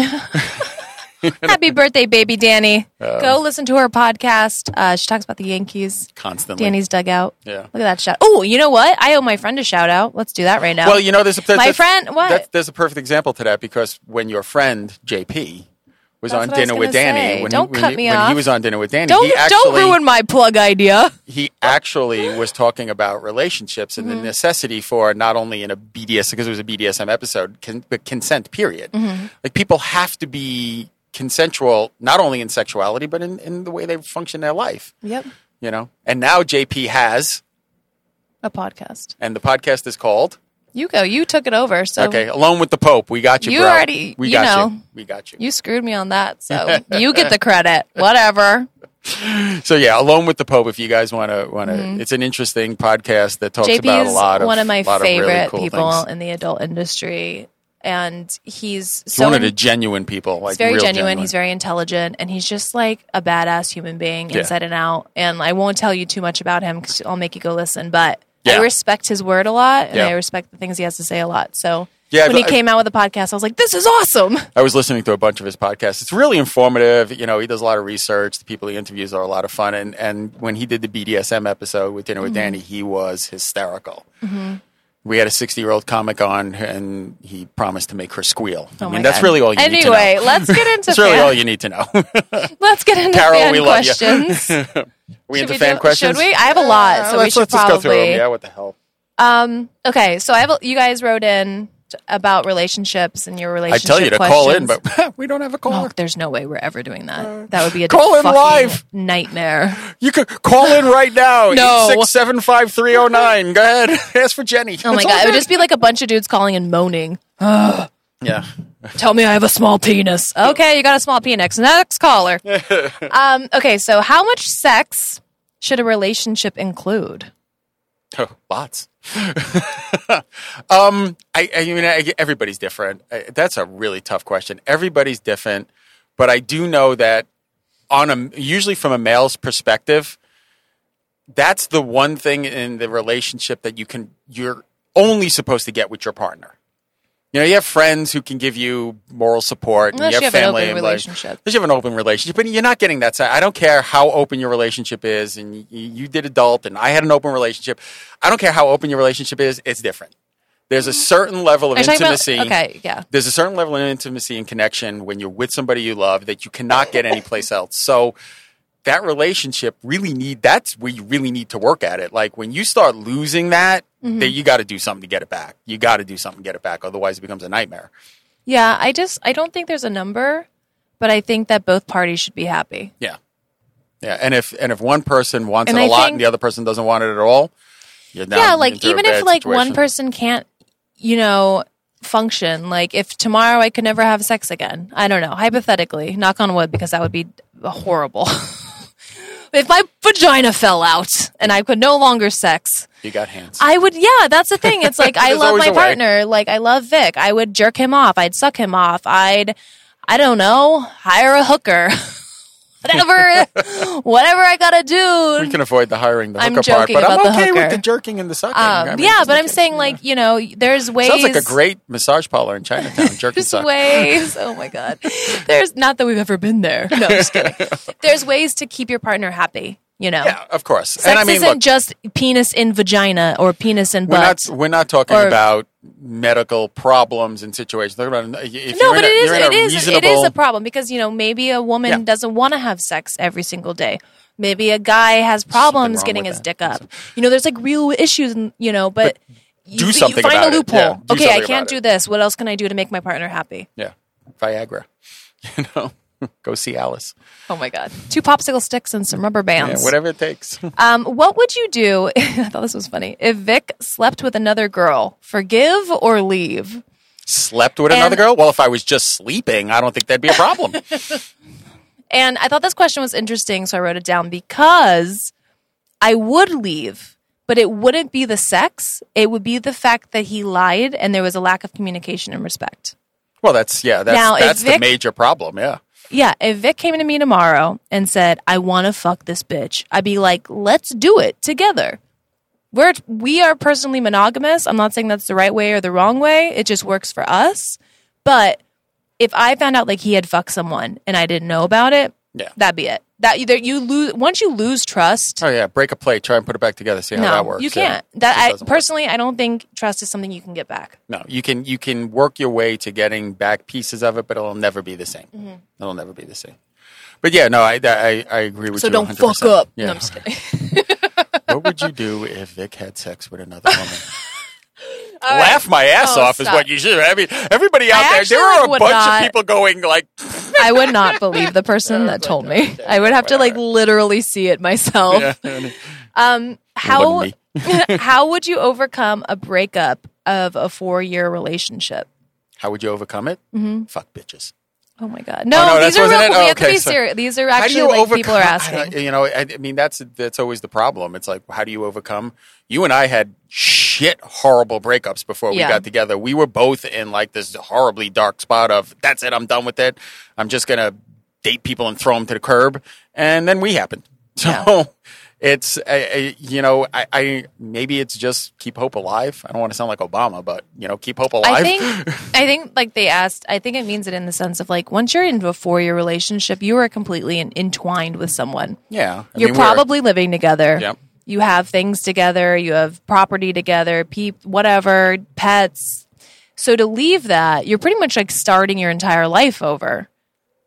happy birthday baby danny go listen to her podcast uh, she talks about the yankees
Constantly,
danny's dugout
Yeah.
look at that shout oh you know what i owe my friend a shout out let's do that right now
Well, you know, there's a
My
that's-
friend- what?
that's- there's a perfect example to that because when your friend JP was
That's
on
what I was
dinner with
gonna
Danny,
say.
when
Don't
he, when
cut
he-
me
when he
off.
was on dinner with Danny,
don't
he actually,
don't ruin my plug idea
he actually was talking about relationships and
Mm-hmm.
the necessity for not only in a BDS because it was a BDSM episode, con- but consent. Period.
Mm-hmm.
Like people have to be consensual, not only in sexuality but in, in the way they function their life.
yep
You know. And now JP has,
a podcast
and the podcast is called
you go you took it over so
"Okay, Alone with the Pope." We got you.
You
bro.
already-
we
you
got
know.
you. We got you.
you screwed me on that
[laughs]
so you get the credit whatever
So yeah, Alone with the Pope. If you guys want to, want to,
Mm-hmm.
it's an interesting podcast that talks about a
JP's
lot of
one of my
lot really
favorite
cool
people
things.
in the adult industry, and he's
He's
so
one of
in-
the genuine people. Like
he's very
real
genuine, He's very intelligent, and he's just like a badass human being
Yeah.
inside and out. And I won't tell you too much about him because I'll make you go listen. But I
Yeah.
respect his word a lot, and
Yeah.
I respect the things he has to say a lot. So
Yeah,
when he
I-
came out with the podcast, I was like, "This is awesome." Oh
I was listening to a bunch of his podcasts. It's really informative. You know, he does a lot of research. The people he interviews are a lot of fun. And and when he did the BDSM episode with Dinner with
Mm-hmm.
Danny, he was hysterical. We had a sixty year old comic on, and he promised to make her squeal. I
Oh
mean,
my
that's
God.
really all you need to know.
anyway, let's get
[laughs]
into
That's really
fan-
all you need to know. [laughs]
let's get into
Carol,
fan
we love you.
questions.
[laughs] we
Should
into
we
fan
do-
questions?
Should we? I have a lot,
Uh,
so we
let's
should
let's
probably
just go through them. Yeah, what the hell?
Um. Okay. So I have. A, you guys wrote in t- about relationships and your
I
relationship.
tell you to
questions.
call in, but [laughs] we don't have a caller.
Oh, there's no way we're ever doing that. That would be a
Call in
fucking
live. [laughs]
nightmare.
You could call in right
[laughs]
now.
No.
8675309. Go ahead. [laughs] Ask for Jenny.
Oh my god! It would just be like a bunch of dudes calling and moaning.
Yeah.
Tell me I have a small penis. Okay, you got a small penis. Next
[laughs]
caller. um. Okay. So how much sex should a relationship include?
Oh, [laughs] lots. um, I, I mean, I, everybody's different. Uh, That's a really tough question. Everybody's different, but I do know that on a usually from a male's perspective, that's the one thing in the relationship that you can you're only supposed to get with your partner. You know, you have friends who can give you moral support. and
Unless you
have
have an
family
open
and, like,
relationship.
Unless you have an open relationship, but you're not getting that side. I don't care how open your relationship is, and you, you did adult, and I had an open relationship. I don't care how open your relationship is; it's different. There's a certain level of
Are you talking about-
intimacy.
okay, yeah.
There's a certain level of intimacy and connection when you're with somebody you love that you cannot get anyplace else. So that relationship really need that's where you really need to work at it. Like when you start losing that,
Mm-hmm.
then you got to do something to get it back. You got to do something to get it back, otherwise it becomes a nightmare.
Yeah. I just I don't think there's a number, but I think that both parties should be happy.
Yeah, yeah. And if and if one person wants
And
it a
I
lot
think-
and the other person doesn't want it at all, you're down
yeah like
into a
even if
bad
like one
situation.
person can't you know function like if tomorrow i could never have sex again i don't know hypothetically knock on wood because that would be horrible [laughs] if my vagina fell out and i could no longer sex
you got hands.
i would yeah that's the thing it's like i
[laughs] There's
love
always
my
a way.
partner like i love vic i would jerk him off i'd suck him off i'd i don't know hire a hooker [laughs] whatever, whatever [laughs] I gotta do.
We can avoid the hiring the
I'm
hooker part,
joking
but I'm
about the
okay with
hooker.
the jerking and the sucking.
Um,
I mean,
yeah,
it's
but
like
I'm
a-
saying, like, you know, there's ways.
sounds like a great massage parlor in
[laughs]
Chinatown. Jerking
There's
suck.
ways. Oh my God. There's not that we've ever been there. No, just
[laughs]
kidding. There's ways to keep your partner happy, you know.
Yeah, of course.
Sex
and I mean,
isn't
look,
just penis in vagina or penis in
we're
butt.
not we're not talking
or-
about medical problems and situations. Talking about if
no,
you're
but
in a,
it is
you're in
it
a
is it is
reasonable-
a problem because you know maybe a woman
Yeah.
doesn't want to have sex every single day. Maybe a guy has problems
wrong
getting
with
his
that.
dick up. You know, there's like real issues, and you know, but, you,
do
you
something
find
about
a
it.
loophole.
Yeah, do
okay, I
something
can't
about it.
do this. What else can I do to make my partner happy?
Yeah, Viagra. [laughs] You know, go see Alice.
Oh my god, two popsicle sticks and some rubber
Yeah,
bands.
whatever it takes.
Um, what would you do? [laughs] I thought this was funny. If Vic slept with another girl, forgive or leave?
Slept with
And-
another girl? Well, if I was just sleeping, I don't think that'd be
[laughs]
a problem.
And I thought this question was interesting, so I wrote it down because I would leave, but it wouldn't be the sex. It would be the fact that he lied and there was a lack of communication and respect.
well, that's yeah, that's
Now, if
that's the
Vic-
major problem. Yeah.
Yeah, if Vic came to me tomorrow and said, I want to fuck this bitch, I'd be like, let's do it together. We're, we are personally monogamous. I'm not saying that's the right way or the wrong way. It just works for us. But if I found out like he had fucked someone and I didn't know about it,
Yeah.
that'd be it. That either you lose once you lose trust.
Oh yeah, break a plate, try and put it back together, see how
no,
that works.
you
yeah.
can't. That
It
I
doesn't work.
personally, I don't think trust is something you can get back.
No, you can you can work your way to getting back pieces of it, but it'll never be the same.
Mm-hmm.
It'll never be the same. But yeah, no, I I, I agree with
So
you.
don't
100%.
fuck up.
Yeah.
No, I'm just kidding.
what would you do if Vic had sex with another
[laughs]
woman? Laugh my ass
Oh,
off is
stop.
what you should. I mean, everybody out
I
there,
actually,
there are
like,
a
would
bunch
not-
of people going like, [laughs]
I would not believe the person that told me. I would have to like literally see it myself. Um, how
Wouldn't
[laughs]
[laughs]
how would you overcome a breakup of a four year relationship?
how would you overcome it? Mm-hmm. Fuck bitches.
Oh my god! No,
no, that's-
these are real.
wasn't it?
We
Oh,
have to
okay,
be
so-
serious. These are
How do
actually
you
like
overcome?
people are
I
asking.
don't- you know, I, I mean, that's that's always the problem. It's like, how do you overcome? You and I had shit horrible breakups before we
Yeah.
got together. We were both in like this horribly dark spot of that's it. I'm done with it. I'm just gonna date people and throw them to the curb. And then we happened. [laughs] So. It's I- I- you know I, I maybe it's just keep hope alive. I don't want to sound like Obama, but you know keep hope alive.
I
[laughs]
think I think like they asked. I think it means it in the sense of like once you're into a four year relationship, you are completely in, entwined with someone.
yeah, I
You're
mean, we're-
probably living together.
Yep.
You have things together. You have property together. Peep, whatever, pets. So to leave that, you're pretty much like starting your entire life over.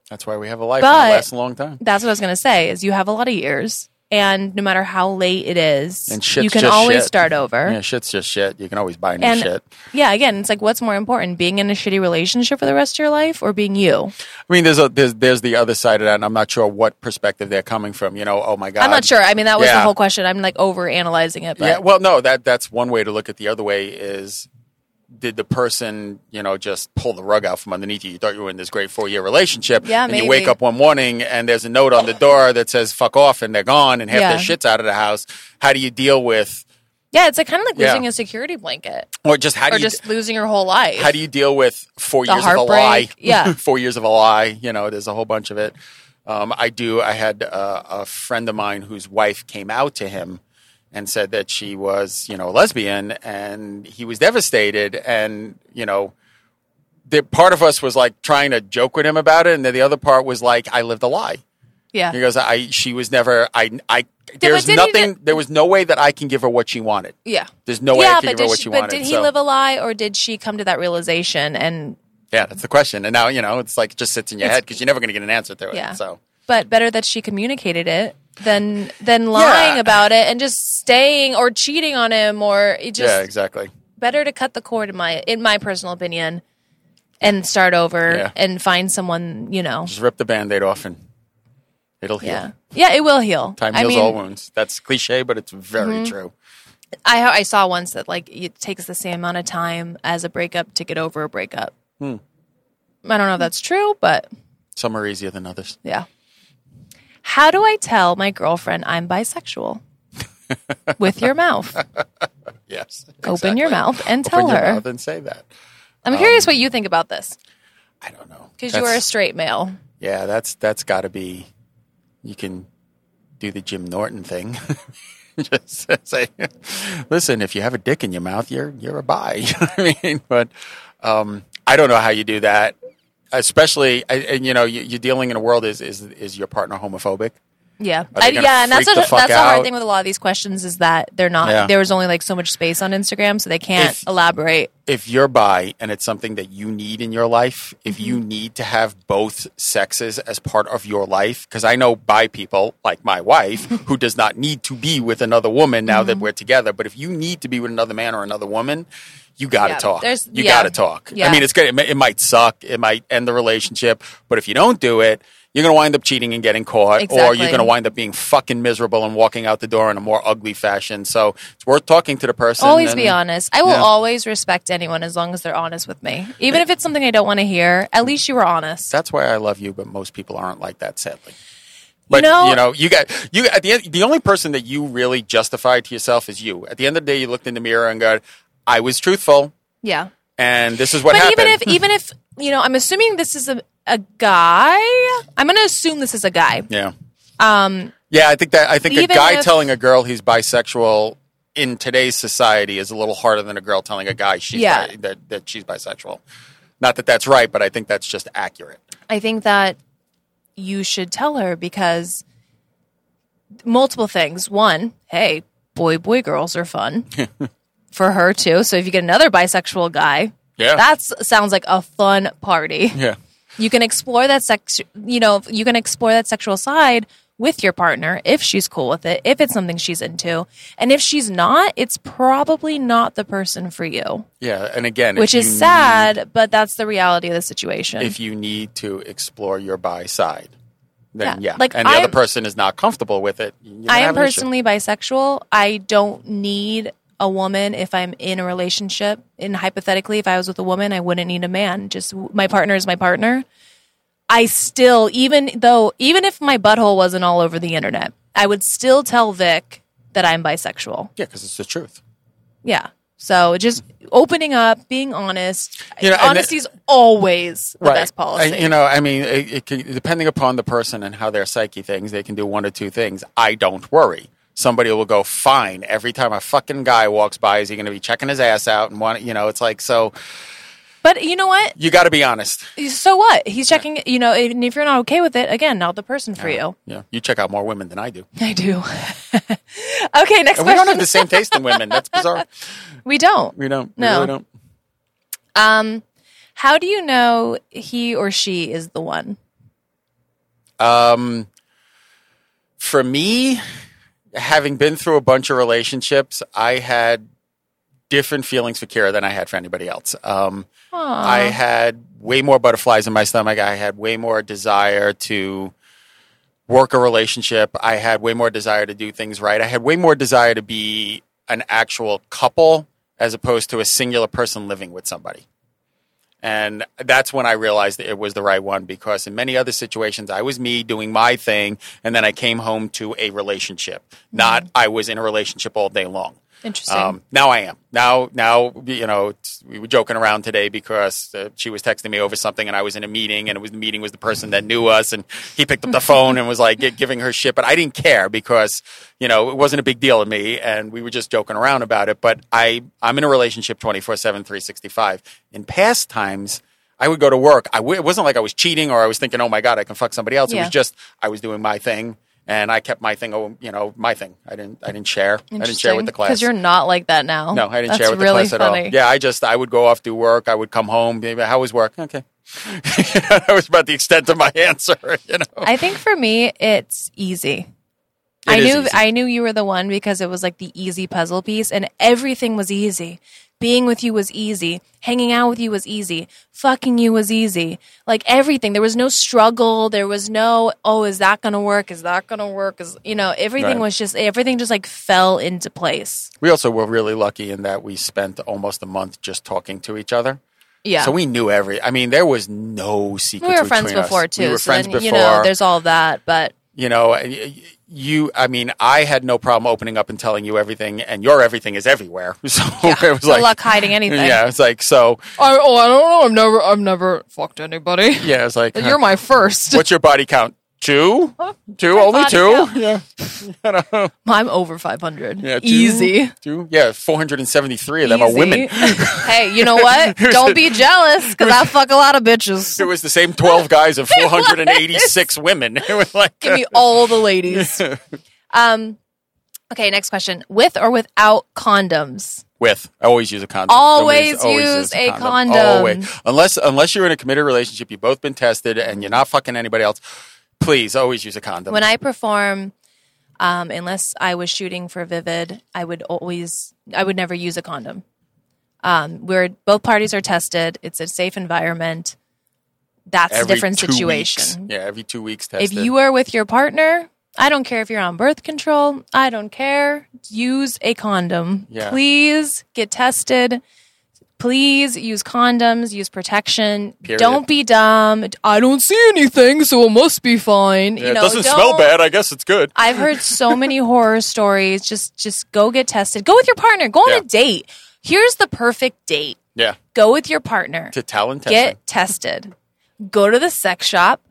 that's why we have a life
But-
and it lasts a long time.
That's what I was gonna say. Is you have a lot of years, and no matter how late it is,
And shit's
you can
just
always
shit.
start over.
Yeah, shit's just shit. You can always buy new
and
shit.
yeah, again, it's like what's more important, being in a shitty relationship for the rest of your life or being you?
I mean, there's a there's there's the other side of that, and I'm not sure what perspective they're coming from. You know, oh my god,
I'm not sure. I mean, that was the
Yeah.
whole question. I'm like over analyzing it, but
Yeah, well, no, that that's one way to look at. The other way is, did the person you know just pull the rug out from underneath you? You thought you were in this great four year relationship,
Yeah,
and
maybe.
you wake up one morning and there's a note on the door that says "fuck off" and they're gone, and half
Yeah.
their shits out of the house. How do you deal with,
yeah, it's like kind of like
Yeah.
losing a security blanket
or just how do
or
you
just losing your whole life.
how do you deal with four
The
years of a
heartbreak,
lie?
yeah.
[laughs] four years of a lie. You know, there's a whole bunch of it. Um, I do. I had uh, a friend of mine whose wife came out to him and said that she was, you know, a lesbian, and he was devastated. And you know, the part of us was like trying to joke with him about it, and then the other part was like, I lived a lie.
yeah.
He goes, I. She was never. I. I. There's
didn't he
nothing. there was no way that I can give her what she wanted.
yeah.
There's no way I
yeah, but
can give her
did,
what
she,
she
but
wanted.
did he
so-
live a lie or did she come to that realization? And
Yeah, that's the question. And now, you know, it's like it just sits in your head head because you're never going to get an answer to it.
Yeah.
So,
but better that she communicated it than than lying about it and just staying or cheating on him or it just
yeah, exactly.
better to cut the cord in my in my personal opinion and start over
Yeah.
and find someone you know
Just rip the band aid off and it'll heal.
yeah yeah it will heal
Time
i
heals
mean Mm-hmm.
all wounds. That's cliche, but it's very true.
I, I saw once that like it takes the same amount of time as a breakup to get over a breakup
Hmm.
i don't know if that's true but
Some are easier than others. [laughs]
yeah how do i tell my girlfriend i'm
[laughs]
bisexual with your mouth
Yes.
open your
exactly.
mouth and
Open
tell
your
her
mouth and say that.
i'm curious what you think about this
I don't know.
because you are a
That's-
straight male
Yeah, that's that's got to be you can do the Jim Norton thing. [laughs] Just say, listen, if you have a dick in your mouth, you're you're a bi. [laughs] You know what I mean? But um, I don't know how you do that, especially I- and you know you, you're dealing in a world is is is your partner homophobic?
Yeah,
Are they
I-
gonna
yeah, and that's
freak
what,
the
that's
fuck
the hard
out?
thing with a lot of these questions is that they're not.
Yeah.
There was only like so much space on Instagram, so they can't
If-
elaborate.
If you're bi and it's something that you need in your life, if you
Mm-hmm.
need to have both sexes as part of your life, because I know bi people like
[laughs]
my wife who does not need to be with another woman now
Mm-hmm.
that we're together, but if you need to be with another man or another woman, you got to
Yeah,
talk.
there's-
You
yeah.
got to talk.
Yeah.
I mean, it's gonna, it mi- it might suck, it might end the relationship, but if you don't do it, you're going to wind up cheating and getting caught, or
Exactly.
you're going to wind up being fucking miserable and walking out the door in a more ugly fashion. So it's worth talking to the person.
Always
and-
be honest. I will
Yeah.
always respect anyone as long as they're honest with me, even if it's something I don't want to hear. At least you were honest.
That's why I love you, but most people aren't like that, sadly. But you
know-
know, you got you at the end. The only person that you really justify to yourself is you. At the end of the day, you looked in the mirror and go, "I was truthful,
Yeah,
and this is what
but
happened."
even if even if you know, I'm assuming this is a a guy. I'm going to assume this is a guy.
yeah, um, yeah, I think that I think a
even
guy
if-
telling a girl he's bisexual in today's society is a little harder than a girl telling a guy she's
Yeah.
bi- that that she's bisexual. Not that that's right, but I think that's just accurate.
I think that you should tell her because multiple things. One, hey, boy, boy, girls are
[laughs]
fun for her too. So if you get another bisexual guy,
Yeah.
that sounds like a fun party.
Yeah,
You can explore that sex, you know, you can explore that sexual side with your partner if she's cool with it, if it's something she's into. And if she's not, it's probably not the person for you,
yeah, and again,
which
if
is
you
sad, but that's the reality of the situation.
if you need to explore your bi side, then
Yeah.
yeah.
Like,
and the
I'm-
other person is not comfortable with it. you
I am
have an issue.
personally bisexual. I don't need a woman if I'm in a relationship. And hypothetically, if I was with a woman, I wouldn't need a man. Just my partner is my partner. I still, even though, even if my butthole wasn't all over the internet, I would still tell Vic that I'm bisexual.
Yeah, because it's the truth.
Yeah. So just opening up, being honest.
You know, and that-
Honesty is always the best policy.
I- you know, I mean, it, it can, depending upon the person and how their psyche things, they can do one or two things. I don't worry. Somebody will go fine every time a fucking guy walks by. Is he going to be checking his ass out and want? You know, it's like so.
but you know what?
You got to be
[laughs]
honest.
So what? He's checking, you know, and if you're not okay with it, again, not the person for you.
Yeah, you check out more women than I do.
I do. [laughs] okay, next
And we
question.
don't have the same taste in women. That's bizarre.
we don't.
We don't. We
No.
really don't.
How do you know he or she is the one?
Um, for me, having been through a bunch of relationships, I had different feelings for Kira than I had for anybody else. Um, I had way more butterflies in my stomach. I had way more desire to work a relationship. I had way more desire to do things right. I had way more desire to be an actual couple as opposed to a singular person living with somebody. And that's when I realized that it was the right one because in many other situations, I was me doing my thing. And then I came home to a relationship, not I was in a relationship all day long.
Interesting.
Um, now I am. Now, now you know. it's- We were joking around today because uh, she was texting me over something, and I was in a meeting, and it was the meeting was the person that knew us, and he picked
[laughs]
up the phone and was like gi- giving her shit, but I didn't care because you know it wasn't a big deal to me, and we were just joking around about it. But I, I'm in a relationship 24 seven, 365. In past times. I would go to work. I w- it wasn't like I was cheating or I was thinking, oh my God, I can fuck somebody else. It
Yeah.
was just I was doing my thing and I kept my thing, oh, you know, my thing. I didn't, I didn't share. I didn't share with the class.
Because you're not like that now.
No, I didn't
That's
share with
really
the class
funny.
at all. Yeah, I just I would go off do work. I would come home. Maybe how was work? Okay, [laughs] that was about the extent of my [laughs] answer. You know,
I think for me, it's easy. I
It is
knew
easy.
I knew you were the one because it was like the easy puzzle piece and everything was easy. Being with you was easy. Hanging out with you was easy. Fucking you was easy. Like everything. There was no struggle. There was no, oh, is that gonna work? Is that gonna work? Is you know, everything
Right.
was just everything just like fell into place.
we also were really lucky in that we spent almost a month just talking to each other.
Yeah.
So we knew every. I mean, there was no secret.
We were friends before too.
We were
so
friends
then,
before.
you know, there's all that, but
you know, y- y- you, I mean, I had no problem opening up and telling you everything, and your everything is everywhere. [laughs] So it was
no
like,
luck hiding anything.
[laughs] yeah, it's like, so,
I, oh, I don't know. I've never, I've never fucked anybody.
yeah, it's like, huh,
my first.
what's your body count? Two, two,
my
only
body
two. [laughs]
count.
Yeah, I don't know.
I'm over 500.
Yeah, two,
Easy.
Two, yeah, four hundred and seventy-three of them are
Easy.
women.
[laughs] hey,
[laughs]
you know what? Don't be jealous because I fuck a lot of
[laughs]
bitches.
It was the same twelve
[laughs]
guys of four hundred and eighty-six women. [laughs] It was like
Give me all the
[laughs]
ladies. Um, okay, next question. With or without condoms?
uh, with. I always use a condom.
Always use a condom.
Always. Unless unless you're in a committed relationship, you've both been tested and you're not fucking anybody else. Please always use a condom.
When I perform, um, unless I was shooting for Vivid, I would always, I would never use a condom. Um, where both parties are tested, it's a safe environment. That's
Every
a different
two
situation.
weeks. Yeah, every two weeks
If
tested.
you are with your partner, I don't care if you're on birth control. I don't care. Use a condom.
Yeah.
Please get tested. Please use condoms, use protection.
Period.
Don't be dumb. I don't see anything, so it must be fine.
Yeah,
you know,
it doesn't
don't-
smell bad. I guess it's good.
I've heard so [laughs] many horror stories. Just just go get tested. Go with your partner. Go on
Yeah.
a date. Here's the perfect date.
yeah,
Go with your partner
to talent testing.
get tested. Go to the sex shop,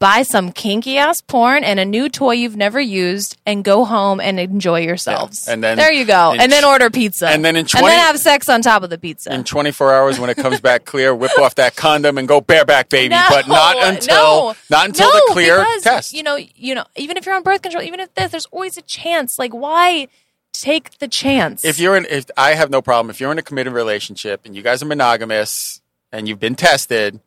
buy some kinky ass porn and a new toy you've never used, and go home and enjoy yourselves.
Yeah. And then-
there you go.
in
And then
tw-
order pizza.
and then in
and
20
then have sex on top of the pizza.
in 24 hours when it comes back clear whip off that condom and go bareback baby
No,
but not until
no,
not until
no,
the clear
because,
test
You know, you know, even if you're on birth control, even if this, there's always a chance. Like, why take the chance?
if you're in if i have no problem if you're in a committed relationship and you guys are monogamous and you've been tested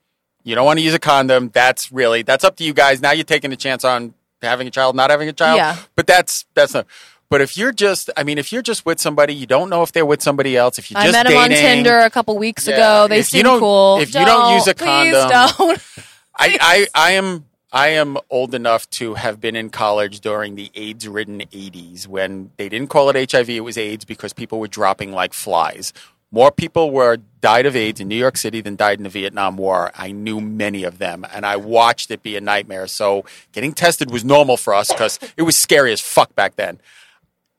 you don't want to use a condom that's really that's up to you guys now you're taking a chance on having a child not having a child
Yeah.
but that's that's not but if you're just i mean if you're just with somebody you don't know if they're with somebody else if you
I
just
met him on
dating,
Tinder a couple weeks
Yeah,
ago. They
if you
seem
don't-
cool.
if you don't use a condom-
please don't. [laughs]
I, I, I am I am old enough to have been in college during the AIDS ridden 80s when they didn't call it HIV, it was AIDS because people were dropping like flies. More people were died of AIDS in New York City than died in the Vietnam War. I knew many of them and I watched it be a nightmare. So getting tested was normal for us because it was scary as fuck back then.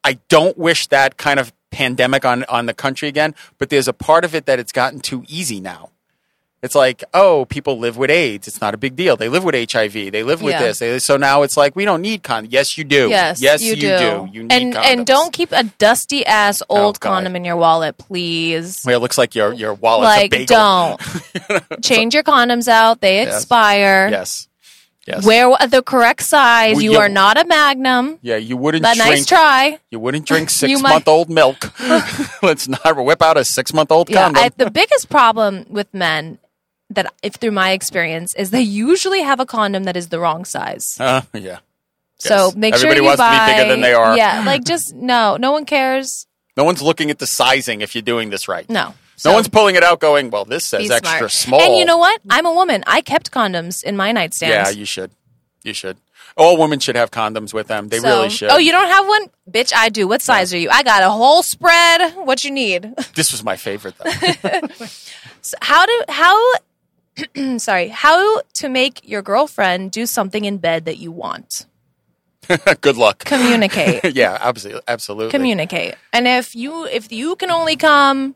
I don't wish that kind of pandemic on, on the country again, but there's a part of it that it's gotten too easy now. It's like, oh, people live with AIDS. It's not a big deal. They live with HIV. They live with
Yeah.
this. They- so now it's like, we don't need condoms. Yes, you do.
Yes,
yes,
you, do.
You need
and
condoms. Oh,
and don't keep a dusty ass old
God.
condom in your wallet, please.
Where it looks like your your wallet's a
like,
bagel. [laughs]
don't change your condoms out; they
Yes.
expire.
Yes. Yes.
Wear wa- the correct size.
Well,
you
yeah.
are not a Magnum,
yeah, you wouldn't
but
drink.
nice try.
You wouldn't drink
[laughs] You
six month old milk. [laughs] Let's not whip out a six month old
Yeah,
condom.
I, the biggest problem with men that, if through my experience, is they usually have a condom that is the wrong size.
Uh, yeah.
So
Yes.
make
Everybody
sure you
wants to
buy
be bigger than they are.
Yeah, like just no, no one cares.
No one's looking at the sizing if you're doing this right.
No,
No
So-
one's pulling it out going, well, this says
be
extra
smart.
small.
And you know what? I'm a woman. I kept condoms in my nightstand.
Yeah, you should. You should. All women should have condoms with them. They
So-
really should.
Oh, you don't have one? Bitch, I do. What size are you? I got a whole spread. What you need? [laughs]
This was my favorite though. [laughs]
So how do how [clears throat] sorry, how to make your girlfriend do something in bed that you want.
Good luck.
Communicate.
[laughs] yeah, absolutely. Absolutely.
Communicate. And if you if you can only come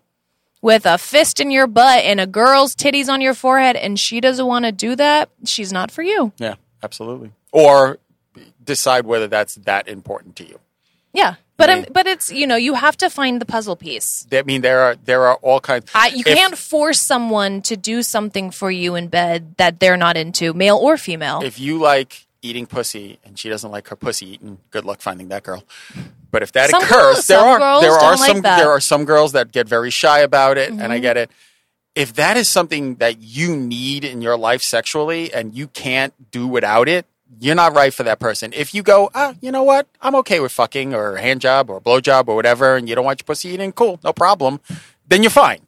with a fist in your butt and a girl's titties on your forehead and she doesn't want to do that, she's not for you.
yeah, absolutely. Or decide whether that's that important to you.
Yeah. But I'm,
Yeah.
but it's you know you have to find the puzzle piece.
I mean, there are there are all kinds.
I, you
If-
can't force someone to do something for you in bed that they're not into, male or female.
If you like eating pussy and she doesn't like her pussy eaten, good luck finding that girl. But if that
Some girls-
occurs, there
some
are
girls
there are
don't like
some
that. Mm-hmm.
there are some girls that get very shy about it, and I get it. If that is something that you need in your life sexually and you can't do without it, you're not right for that person. If you go, ah, you know what, I'm okay with fucking or a hand job or a blow job or whatever, and you don't want your pussy eaten, cool, no problem, then you're fine.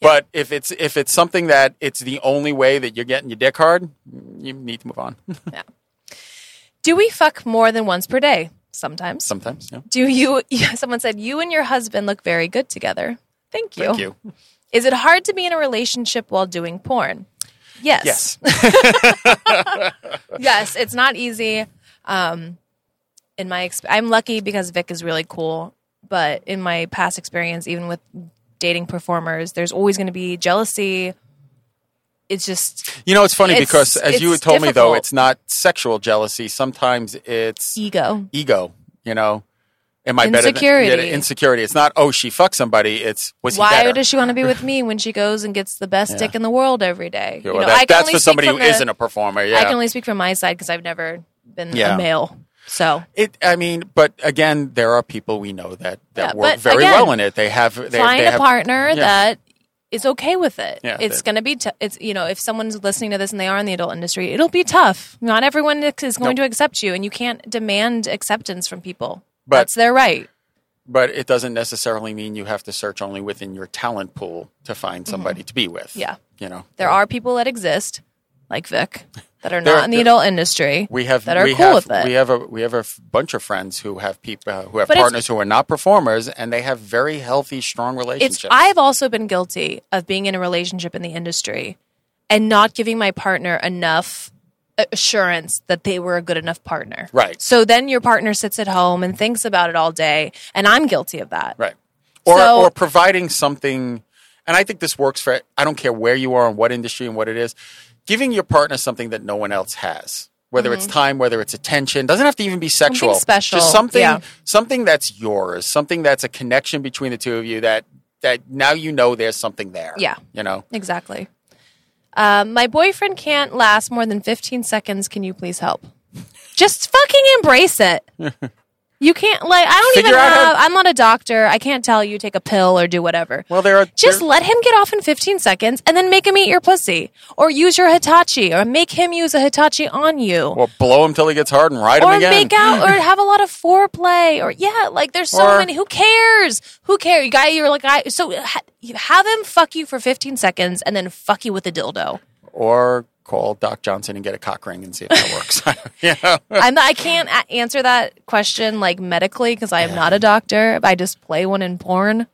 But if it's if it's something that it's the only way that you're getting your dick hard, you need to move on. [laughs]
Do we fuck more than once per day? Sometimes.
Sometimes, yeah.
Do you? [laughs] Yeah, someone said you and your husband look very good together. Thank you.
Thank you.
Is it hard to be in a relationship while doing porn? Yes.
Yes.
yes, it's not easy. Um, in my, exp- I'm lucky because Vic is really cool. But in my past experience, even with dating performers, there's always going to be jealousy, it's just
You know, it's funny
It's-
because as you
it's
had told me though,
difficult. E-
it's not sexual jealousy. Sometimes it's
ego.
ego. You know, am I better? Than,
Insecurity.
yeah, insecurity. It's not oh she fucked somebody. It's was
Why
he better?
does she want to be with me when she goes and gets the best dick in the world every day?
Yeah,
You
well,
know,
that-
I can
that's
only
for
speak
somebody who
from the-
not a performer. Yeah,
I can only speak from my side because I've never been
Yeah.
a male. So
It. I mean, but again, there are people we know that that
Yeah,
work
but
very
again,
well in it. They have they,
find
they
a
have,
partner
yeah.
that is okay with it.
Yeah,
it's
that-
going to be t- it's you know if someone's listening to this and they are in the adult industry, it'll be tough. Not everyone is is going
Nope.
to accept you, and you can't demand acceptance from people.
But-
That's their right.
But it doesn't necessarily mean you have to search only within your talent pool to find somebody to be with.
Mm-hmm. Yeah.
you know,
There are people that exist like Vic that are
There-
not in the
there-
adult industry.
We have
that are
we
cool
have,
with it.
We have a we have a f- bunch of friends who have people uh, who have
But it's-
partners who are not performers, and they have very healthy, strong relationships.
it's I've also been guilty of being in a relationship in the industry and not giving my partner enough assurance that they were a good enough partner.
Right.
So then your partner sits at home and thinks about it all day and I'm guilty of that.
right, or
So-
or providing something, and I think this works for. I don't care where you are and what industry and what it is, giving your partner something that no one else has. Whether it's time, whether it's attention, doesn't have to even be sexual.
Mm-hmm. special,
Just something,
yeah.
something that's yours, something that's a connection between the two of you. That that now you know there's something there.
Yeah.
you know.
Exactly. Um, my boyfriend can't last more than 15 seconds. Can you please help? Just fucking embrace
[laughs]
it. You can't like I don't
Figure
even
out how-
have I'm not a doctor. I can't tell you take a pill or do whatever.
Well, there are
Just
there-
let him get off in 15 seconds and then make him eat your pussy or use your Hitachi or make him use a Hitachi on you
or blow him till he gets hard and ride him
or
again.
make out
[laughs]
or have a lot of foreplay or yeah like there's so
Or-
many who cares who cares you guy you're like I so ha- you have him fuck you for 15 seconds and then fuck you with a dildo
or call Doc Johnson and get a cock ring and see if that works. [laughs] you know?
I'm not, I can't a- answer that question like medically because I am not a doctor I just play one in porn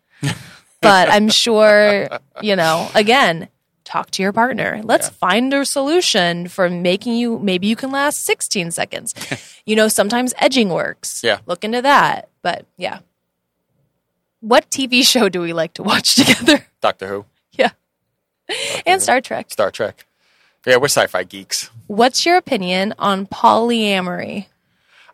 but I'm sure you know again talk to your partner let's find a solution for making you maybe you can last 16
[laughs]
seconds you know sometimes edging works
Yeah.
look into that but yeah what TV show do we like to watch [laughs] together?
Doctor Who,
yeah. And Star Trek.
Star Trek. Yeah, we're sci-fi geeks.
What's your opinion on polyamory?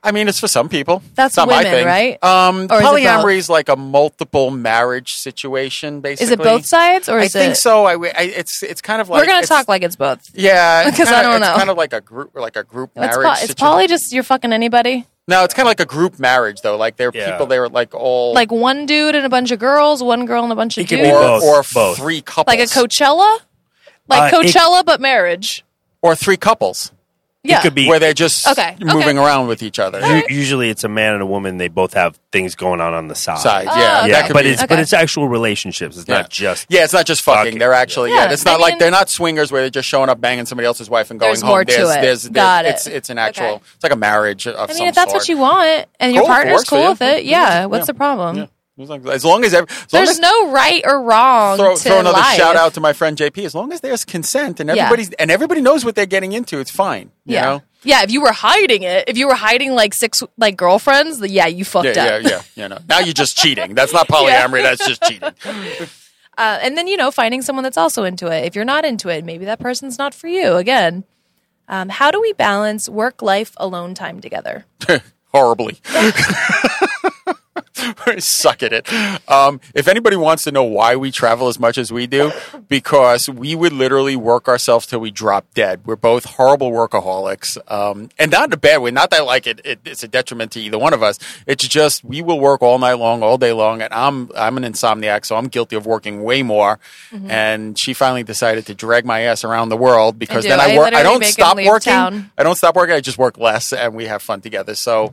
I mean, it's for some people.
That's
It's not my
women,
thing.
right?
Um,
Or is it both?
polyamory is like a multiple marriage situation, basically.
Is it both sides or
I
is
think
it
so. I, w- I- it's it's kind of like
We're going to
it's-
talk like it's both.
Yeah,
[laughs]
it's
because I
kinda-
don't
it's
know.
Kind of like a group, like a group
It's,
marriage.
po- it's
situa-
probably just you're fucking anybody.
no, it's kind of like a group marriage though. Like there are
Yeah.
people, they were like all
Like one dude and a bunch of girls, one girl and a bunch of
It could
dudes.
be
or,
both,
or
both.
three couples,
Like a Coachella? Like
Uh, it-
Coachella but marriage.
or three couples
Yeah.
It could be
where they're just
Okay, okay.
moving around with each other.
U- usually it's a man and a woman. They both have things going on on the side.
side.
Oh,
yeah,
okay.
Yeah,
that could
but
be,
it's but it's actual relationships. It's
yeah.
not just
yeah, it's not just fucking.
fucking.
They're actually yeah.
Yeah,
it's
I
not
mean-
like they're not swingers where they're just showing up banging somebody else's wife and going
There's
home.
more to
there's,
it.
there's there's
Got it.
it's it's an actual
Okay.
it's like a marriage of
I mean,
some
if that's what you
sort.
want and your
Cool, if it
partner's
works for
cool
you.
with it, yeah, what's the problem?
Yeah. As long as every, as long
There's
as
no right or wrong
throw,
to
throw another
life.
shout out to my friend JP. As long as there's consent and
Yeah.
everybody's and everybody knows what they're getting into, it's fine. You
yeah.
know?
Yeah, if you were hiding it, if you were hiding like six like girlfriends, then yeah, you fucked
Yeah,
up.
yeah, yeah. You know. Now you're just cheating.
[laughs]
That's not polyamory. That's just cheating.
Uh, and then you know finding someone that's also into it if you're not into it maybe that person's not for you again um, how do we balance work life alone time together
horribly. [laughs] Suck at it. Um, if anybody wants to know why we travel as much as we do, because we would literally work ourselves till we drop dead. We're both horrible workaholics, um, and not in a bad way. Not that like it, it, it's a detriment to either one of us. It's just we will work all night long, all day long, and I'm I'm an insomniac, so I'm guilty of working way more.
Mm-hmm.
And she finally decided to drag my ass around the world because
do.
then I,
I
work.
literally
I don't
make him
stop
leave
working.
town.
I don't stop working. I just work less, and we have fun together. So,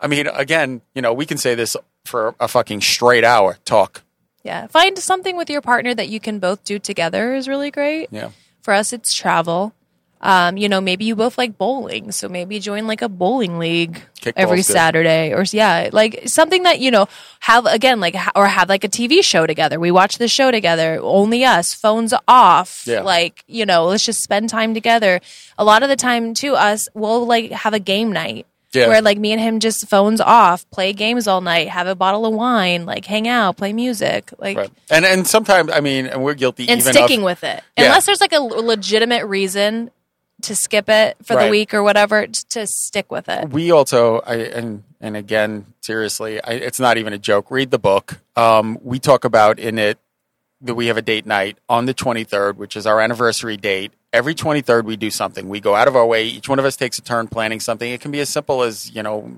I mean, again, you know, we can say this for a fucking straight hour talk.
yeah find something with your partner that you can both do together is really great
Yeah,
for us it's travel um, you know maybe you both like bowling so maybe join like a bowling league
Kickball's
every
good.
saturday or yeah like something that you know have again like ha- or have like a tv show together we watch the show together only us phones off
Yeah.
like you know let's just spend time together a lot of the time too us we'll like have a game night
Yeah.
where like me and him just phones off, play games all night, have a bottle of wine, like hang out, play music, like
Right. And and sometimes I mean, and we're guilty
and
even
sticking
of,
with it.
Yeah.
Unless there's like a l- legitimate reason to skip it for the
Right.
week or whatever, t- to stick with it.
we also I and and again seriously, I, it's not even a joke. Read the book. Um, we talk about in it that we have a date night on the 23rd, which is our anniversary date. Every 23rd, we do something. We go out of our way. Each one of us takes a turn planning something. It can be as simple as, you know,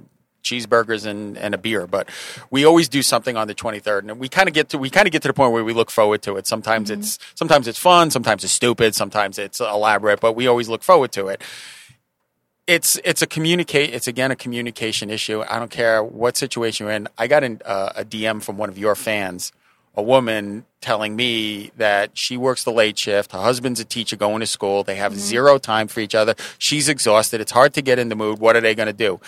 cheeseburgers and, and a beer, but we always do something on the 23rd. And we kind of get to, we kind of get to the point where we look forward to it. Sometimes it's, sometimes it's fun. Sometimes it's stupid. Sometimes it's elaborate, but we always look forward to it. It's, it's a communicate, it's again a communication issue. I don't care what situation you're in. I got an, uh, a DM from one of your fans a woman telling me that she works the late shift. Her husband's a teacher going to school. They
Mm-hmm.
have zero time for each other. She's exhausted. It's hard to get in the mood. What are they going to do?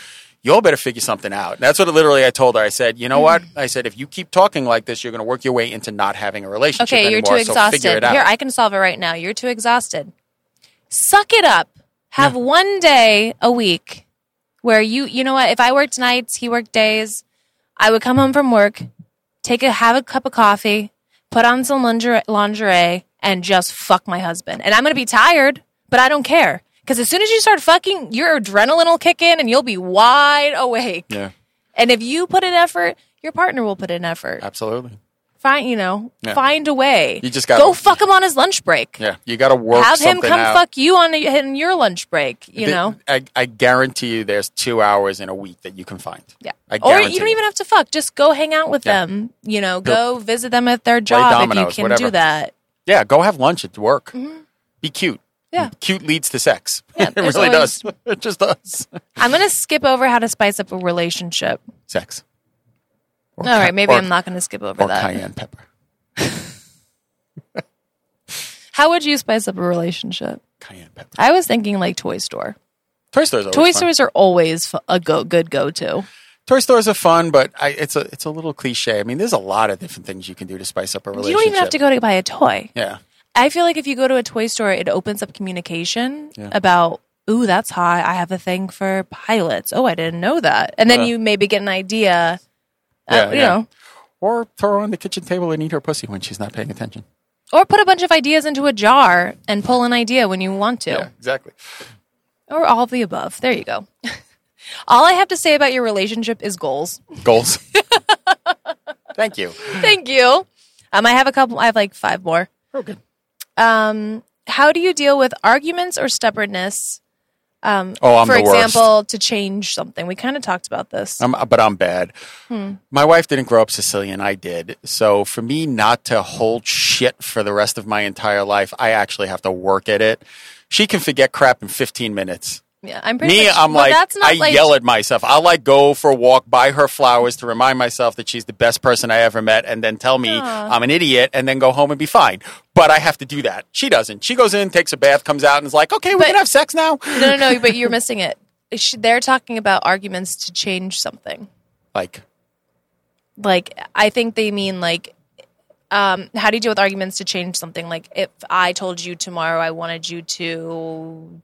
You all better figure something out. And that's what literally I told her. I said, you know
Mm.
what? I said, if you keep talking like this, you're going to work your way into not having a relationship
Okay, you're too
anymore. so
exhausted.
figure it out.
Here, I can solve it right now. You're too exhausted. Suck it up. Have one day a week where you, you know what? If I worked nights, he worked days. I would come home from work, take a have a cup of coffee, put on some lingerie, lingerie and just fuck my husband. And I'm gonna be tired, but I don't care because as soon as you start fucking, your adrenaline will kick in and you'll be wide awake.
yeah,
And if you put in effort, your partner will put in effort
absolutely.
find you know
Yeah.
find a way.
You just gotta-
go fuck him on his lunch break.
Yeah. You got to work
Have him
something
come
out.
fuck you on in your lunch break. You
Th-
know.
I, I guarantee you there's two hours in a week that you can find.
Yeah.
I
or
guarantee
you don't even have to fuck. Just go hang out with
Yeah.
them. You know, go visit them at their job if you
dominoes,
can do
whatever.
that.
Yeah, go have lunch at work. Be cute.
Mm-hmm. Yeah.
Cute leads to sex.
Yeah,
[laughs] it
there's
really
always-
does. It just does.
I'm gonna skip over how to spice up a relationship.
Sex. Or
All
ca-
right, maybe
or-
I'm not gonna skip over
Or
that.
cayenne pepper.
How would you spice up a relationship?
Cayenne pepper.
I was thinking like toy store.
Toy stores. Are
Toy
always fun.
stores are always f- a go good go to.
Toy stores are fun, but I, it's a it's a little cliche. I mean, there's a lot of different things you can do to spice up a
You
relationship.
don't even have to Uh, go to buy a toy.
Yeah.
I feel like if you go to a toy store, it opens up communication about, ooh, that's hot. I have a thing for pilots. Oh, I didn't know that. And then
Yeah.
you maybe get an idea. uh,
Yeah,
you
yeah.
know,
Or throw her on the kitchen table and eat her pussy when she's not paying attention.
or put a bunch of ideas into a jar and pull an idea when you want to,
Yeah, exactly.
or all of the above. There you go. [laughs] all I have to say about your relationship is goals. [laughs]
Goals. Thank you.
Thank you. Um, I have a couple. I have like five more.
Oh, good.
Um, how do you deal with arguments or stubbornness? Um,
Oh, I'm
for
the worst.
example, to change something. We kind of talked about this.
I'm, but I'm bad.
Hmm.
My wife didn't grow up Sicilian. I did. So for me not to hold shit for the rest of my entire life, I actually have to work at it. She can forget crap in 15 minutes.
Yeah, I'm pretty.
Me,
much,
I'm
well,
like,
that's not
I
like,
yell at myself. I'll like go for a walk, buy her flowers to remind myself that she's the best person I ever met, and then tell me I'm an idiot, and then go home and be fine. But I have to do that. She doesn't. She goes in, takes a bath, comes out, and is like, okay, we
But-
can have sex now.
No, no, no. But
[laughs]
you're missing it. Sh- They're talking about arguments to change something.
Like,
Like, I think they mean like, um, how do you deal with arguments to change something? Like, if I told you tomorrow I wanted you to,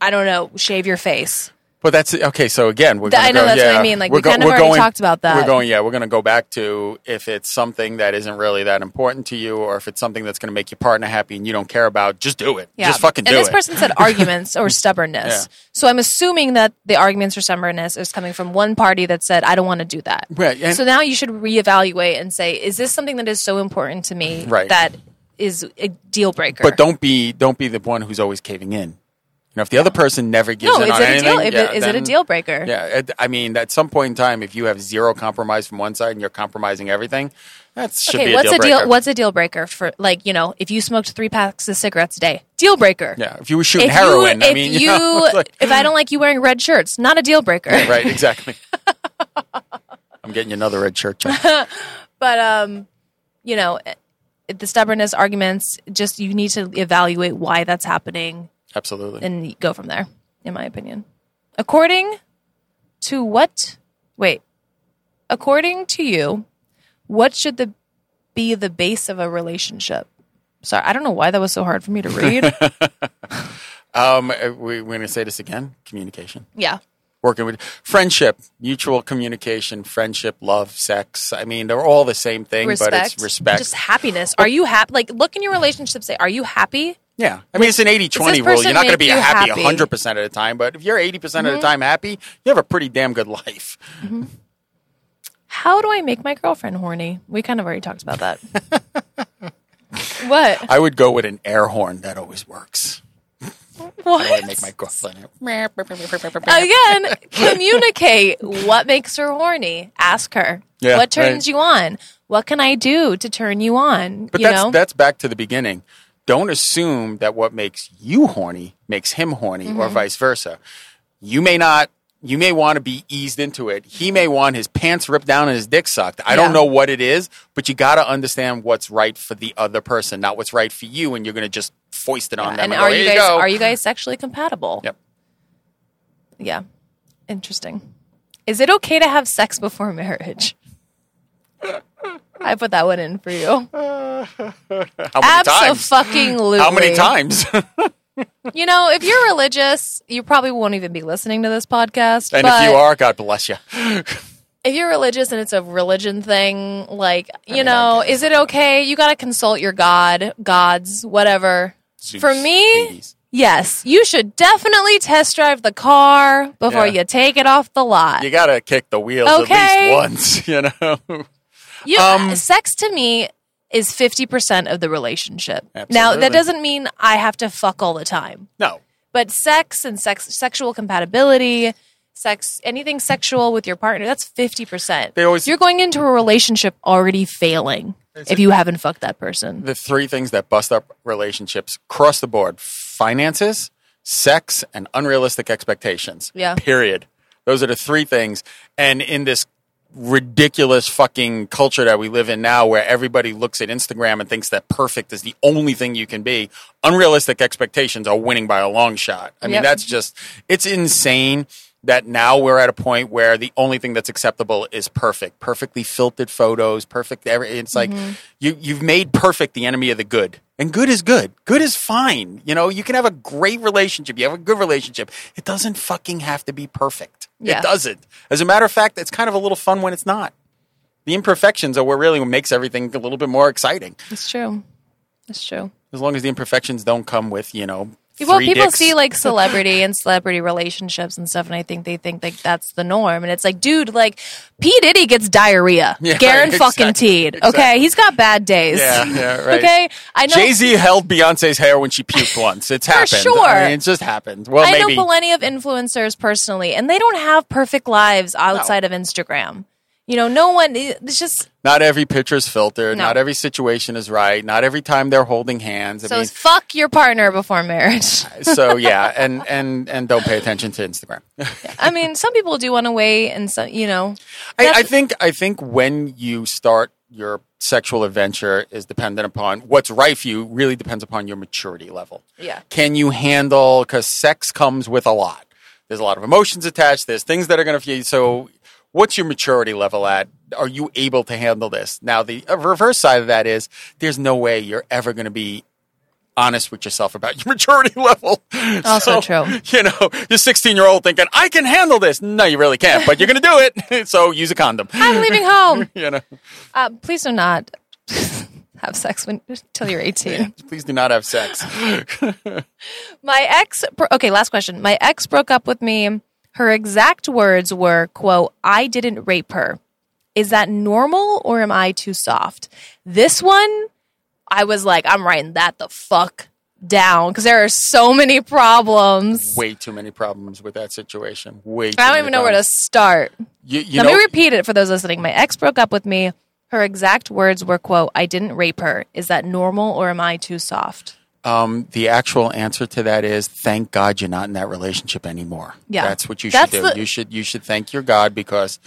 I don't know, shave your face.
But that's okay. So again, we're
Th-
gonna
I know
go-
that's what I
yeah,
mean, like,
we're
we kind of
we're
already talked about that.
We're going. Yeah, we're going to go back to if it's something that isn't really that important to you, or if it's something that's going to make your partner happy and you don't care about. Just do it. Just fucking
and
do
this
it.
person
[laughs]
said arguments or stubbornness.
Yeah.
So I'm assuming that the arguments or stubbornness is coming from one party that said, I don't want to do that.
Right, and-
so now you should reevaluate and say, is this something that is so important to me
Right.
that is a deal breaker?
but don't be don't be the one who's always caving in. You know, if the other person never gives
No,
in
is
on
it a
anything,
deal? If
yeah,
it, is it a
then-
deal breaker?
Yeah, it- I mean, at some point in time, if you have zero compromise from one side and you're compromising everything, that should
Okay,
be a
what's
deal
a
breaker.
deal? What's a deal breaker for like you know if you smoked three packs of cigarettes a day? Deal breaker.
yeah, if you were shooting
If
heroin,
you,
I mean, [laughs]
if
you know, it's
you,
like-
if I don't like you wearing red shirts, not a deal breaker.
[laughs] right, exactly. I'm getting you another red
[laughs]
shirt. John.
but um you know it- the stubbornness arguments just you need to evaluate why that's happening
Absolutely.
and go from there in my opinion according to what wait according to you what should the be the base of a relationship sorry i don't know why that was so hard for
[laughs]
me to read
Um, uh, we, we're going to say this again communication.
yeah
working with friendship, mutual communication, friendship, love, sex. I mean, they're all the same thing, but it's respect.
Just happiness. Are you happy? Like, look in your relationship. Say, are you happy?
yeah. I mean, it's an 80 20 rule. You're
person
not going to
make
be
you
happy,
happy? Mm-hmm.
100% of the time, but if you're 80% percent of the time happy, you have a pretty damn good [laughs] life.
How do I make my girlfriend horny? We kind of already talked about that. [laughs] what?
I would go with an air horn. That always works.
What?
I would make my girlfriend.
Again, communicate what makes her horny. Ask her.
Yeah,
what turns
right.
you on? What can I do to turn you on?
But
you
that's
know?
that's back to the beginning. Don't assume that what makes you horny makes him horny or
Mm-hmm.
vice versa. You may not you may want to be eased into it. He may want his pants ripped down and his dick sucked. I
Yeah.
don't know what it is, but you got to understand what's right for the other person, not what's right for you and you're going to just foist it on them.
and
And
are you guys
go.
are you guys sexually compatible?
Yep.
Yeah. Interesting. Is it okay to have sex before marriage? [laughs] I put that one in for you.
How many times?
Absolutely.
How many times? [laughs] and
You know, if you're religious, you probably won't even be listening to this podcast. but
if you are, God bless you.
if you're religious and it's a religion thing, like you
mean, I
know,
guess.
is it okay? You got to consult your god, gods, whatever.
Zeus,
For me,
Hades.
yes, you should definitely test drive the car before
Yeah.
you take it off the lot.
You got to kick the wheels
Okay.
at least once, [laughs] you know.
You,
Um,
sex to me is 50% of the relationship. Now,
Absolutely.
that doesn't mean I have to fuck all the time,
no.
but sex and sex sexual compatibility, sex anything sexual with your partner, that's 50%.
They always-
You're going into a relationship already failing if you haven't fucked that person.
the three things that bust up relationships across the board finances, sex, and unrealistic expectations.
Yeah.
Period. Those are the three things. And in this ridiculous fucking culture that we live in now where everybody looks at Instagram and thinks that perfect is the only thing you can be, unrealistic expectations are winning by a long shot. I mean,
Yep.
that's just, it's insane. That now we're at a point where the only thing that's acceptable is perfect, perfectly filtered photos, perfect. Every, it's like
Mm-hmm.
you you've made perfect the enemy of the good, and good is good. Good is fine. You know, you can have a great relationship. You have a good relationship. It doesn't fucking have to be perfect.
Yeah.
It doesn't. As a matter of fact, it's kind of a little fun when it's not. The imperfections are what really makes everything a little bit more exciting.
That's true. That's true.
As long as the imperfections don't come with, you know,
Well,
three
people
dicks.
see like celebrity and celebrity relationships and stuff, and I think they think like that's the norm. And it's like, dude, like P Diddy gets diarrhea,
[laughs] Yeah,
Garen
right,
fucking
exactly,
teed. Okay,
exactly.
he's got bad days.
Yeah, yeah, right.
[laughs] Okay, I know.
Jay Z held Beyonce's hair when she puked
[laughs]
once. It's happened.
sure.
I mean, it just happened. Well,
I
maybe
know plenty of influencers personally, and they don't have perfect lives outside of Instagram. You know, no one. It's just
not every picture's filtered.
No.
Not every situation is right. Not every time they're holding hands. I
so
mean,
fuck your partner before marriage. [laughs]
so yeah, and and and don't pay attention to Instagram. [laughs] I,
I mean, some people do want to wait, and so you know,
I think I think when you start your sexual adventure is dependent upon what's right for you. Really depends upon your maturity level.
Yeah.
Can you handle? Because sex comes with a lot. There's a lot of emotions attached. There's things that are going to feel so. What's your maturity level at? Are you able to handle this? Now, the uh, reverse side of that is there's no way you're ever going to be honest with yourself about your [laughs] maturity level.
Also
So,
true.
You know, you're 16 year old thinking, I can handle this. No, you really can't, but you're going to do it. [laughs] so use a condom.
I'm leaving home.
[laughs] you know,
Uh, please do not [laughs] have sex when until you're 18.
please do not have sex.
My ex, bro- okay, last question. My ex broke up with me. Her exact words were, "quote I didn't rape her." Is that normal or am I too soft? This one, I was like, I'm writing that the fuck down because there are so many problems.
Way too many problems with that situation. Way too
I don't
many
even know where to
problems.
start.
You, you
Let
know,
me repeat it for those listening. My ex broke up with me. Her exact words were, "quote I didn't rape her." Is that normal or am I too soft?
um, the actual answer to that is thank God you're not in that relationship anymore.
Yeah.
That's what you
That's
should do.
the-
you should, you should thank your God because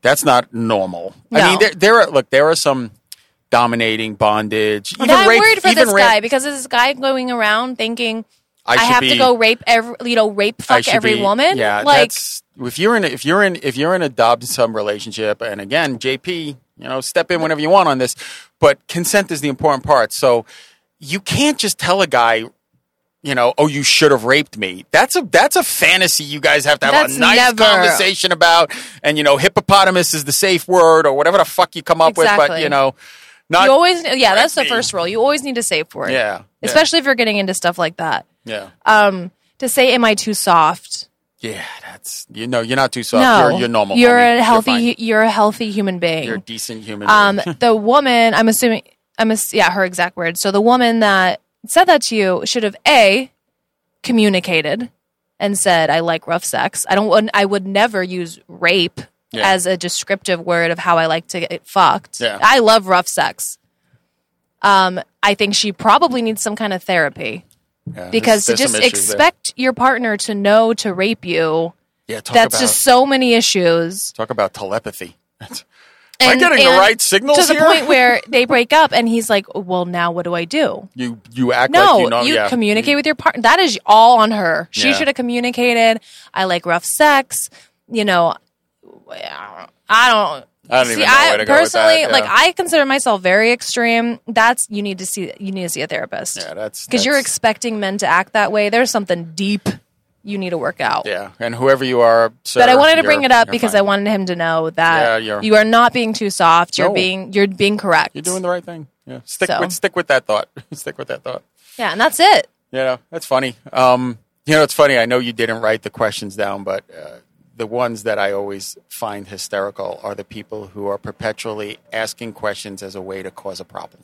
that's not normal.
No.
I mean, there, there are, look, there are some dominating bondage. Even
Yeah, I'm
rape-
worried for
even
this
rape-
guy because this guy going around thinking I,
should
have to
be-
go rape every, you know, rape
I
fuck
should
every
be-
woman.
Yeah,
like
that's, if you're in if you're in if you're in a Dobbs and sub relationship, and again, JP, you know, step in whenever you want on this, but consent is the important part. So you can't just tell a guy, you you know, oh, you should have raped me. That's a that's a fantasy you guys have to have
That's
a nice
never-
conversation about. And you know, hippopotamus is the safe word or whatever the fuck you come up with. But
Exactly.
you know, not
you always, yeah, that's the
me.
first rule. You always need to safe word.
Yeah, yeah.
Especially if you're getting into stuff like that.
yeah,
Um, to say, am I too soft?
yeah. That's you know, you're not too soft. Oh, you're, you're normal.
You're
homie.
a healthy,
You're,
you're,
fine.
a healthy human being.
You're a decent human.
um,
[laughs] being.
the woman, I'm assuming, I'm ass- yeah, her exact words. So the woman that said that to you should have a communicated and said, "I like rough sex. I don't. want- I would never use rape
Yeah.
as a descriptive word of how I like to get fucked.
Yeah.
I love rough sex. Um, I think she probably needs some kind of therapy
Yeah,
because to
there's- there's
just
some issues there.
expect your partner to know to rape you."
yeah, talk
That's
about,
just so many issues.
talk about telepathy. [laughs]
And,
Am I getting the
and
right signals
to the
here?
point where they break up, and he's like, "Well, now what do I do?"
You you act
No,
like you know.
you
yeah. Mm.
communicate with your partner. That is all on her. She
Yeah.
should have communicated. I like rough sex. You know, I don't.
I don't
see,
even know
I
where to go with that,
personally
yeah.
like. I consider myself very extreme. That's you need to see. You need to see a therapist.
Yeah, that's-
because you're
that's-
expecting men to act that way. There's something deep you need to work out.
Yeah, and whoever you are, sir,
But I wanted to bring
you're-
it up
you're
because
fine.
I wanted him to know that
Yeah, you're-
you are not being too soft. You're
No.
being you're being correct.
You're doing the right thing. Yeah, stick
So.
with stick with that thought. [laughs] stick with that thought.
yeah, and that's it.
You know, that's funny. Um, you know, it's funny. I know you didn't write the questions down, but uh, the ones that I always find hysterical are the people who are perpetually asking questions as a way to cause a problem.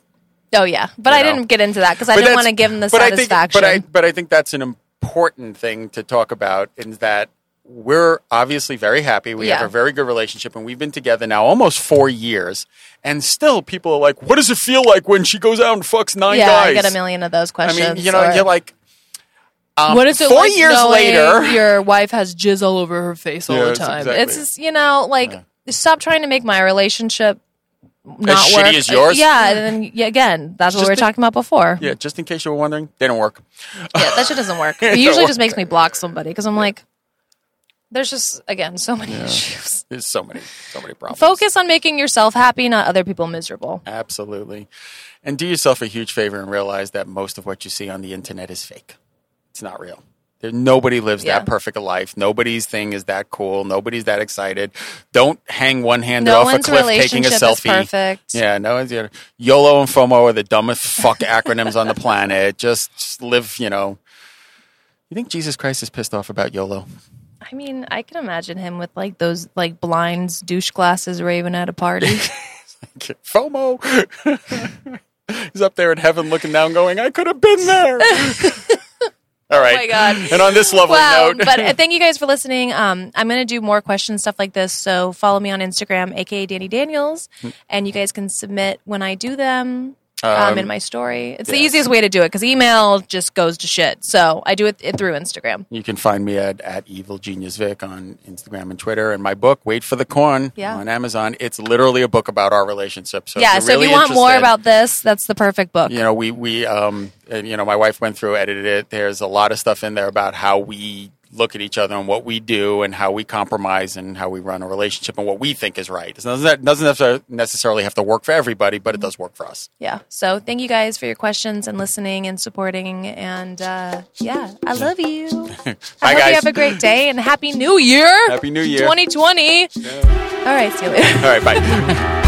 Oh yeah, but
You
I
know.
didn't get into that because I didn't
that's-
want to give him the
but I think-
satisfaction.
but I but I think that's an important thing to talk about in that we're obviously very happy. We
Yeah.
have a very good relationship, and we've been together now almost four years. And still, people are like, "What does it feel like when she goes out and fucks nine
yeah,
guys?"
I get a million of those
I
questions.
mean, you know,
or-
you're like, um,
what is it
four
like
years
knowing
later?
your wife has jizz all over her face all the
Yes,
time?
exactly.
It's just, you know, like stop trying to make my relationship not
shitty
work.
as yours?
Yeah, and then yeah, again, that's what we
Just
were
the-
talking about before.
[laughs] Yeah, just in case you were wondering, they don't work.
Yeah, that shit doesn't
[laughs]
work. It usually just makes me block somebody because I'm like, there's just again so many issues.
There's so many, so many problems.
Focus on making yourself happy, not other people miserable.
Absolutely. And do yourself a huge favor and realize that most of what you see on the internet is fake. It's not real. There, nobody lives
Yeah.
that perfect a life. Nobody's thing is that cool. Nobody's that excited. Don't hang one handed
No
off a
one's
cliff taking a
relationship is
selfie.
perfect.
Yeah, no one's. You know, YOLO and FOMO are the dumbest fuck acronyms on the planet. Just, just live, you know. You think Jesus Christ is pissed off about YOLO?
I mean, I can imagine him with like those like blinds, douche glasses, raving at a
[laughs]
party.
FOMO. [laughs] He's up there in heaven looking down, going, I could have been
[laughs]
there. All right.
Oh my God.
And on this lovely
wow!
note,
but uh, thank you guys for listening. Um, I'm gonna do more questions, stuff like this. So follow me on Instagram, aka Danny Daniels,
Hmm.
and you guys can submit when I do them. Um, in my story, it's the
yes.
easiest way to do it because email just goes to shit. So I do it, it through Instagram.
[laughs] you can find me at, at Evil Genius Vic on Instagram and Twitter. And my book, Wait for the Corn,
Yeah.
on Amazon. It's literally a book about our relationship. So
yeah.
if
So
you're really
if you want more
interested-
about this, that's the perfect book.
you know, we we um, and, you know, my wife went through, edited it. There's a lot of stuff in there about how we look at each other and what we do and how we compromise and how we run a relationship and what we think is right. It doesn't doesn't necessarily have to work for everybody, but it does work for us.
yeah. So thank you guys for your questions and listening and supporting. And uh, yeah, I love [laughs] you. I
Bye,
hope you
guys.
have a great day and happy new year.
Happy New Year.
All right. See you later. [laughs]
All right, bye.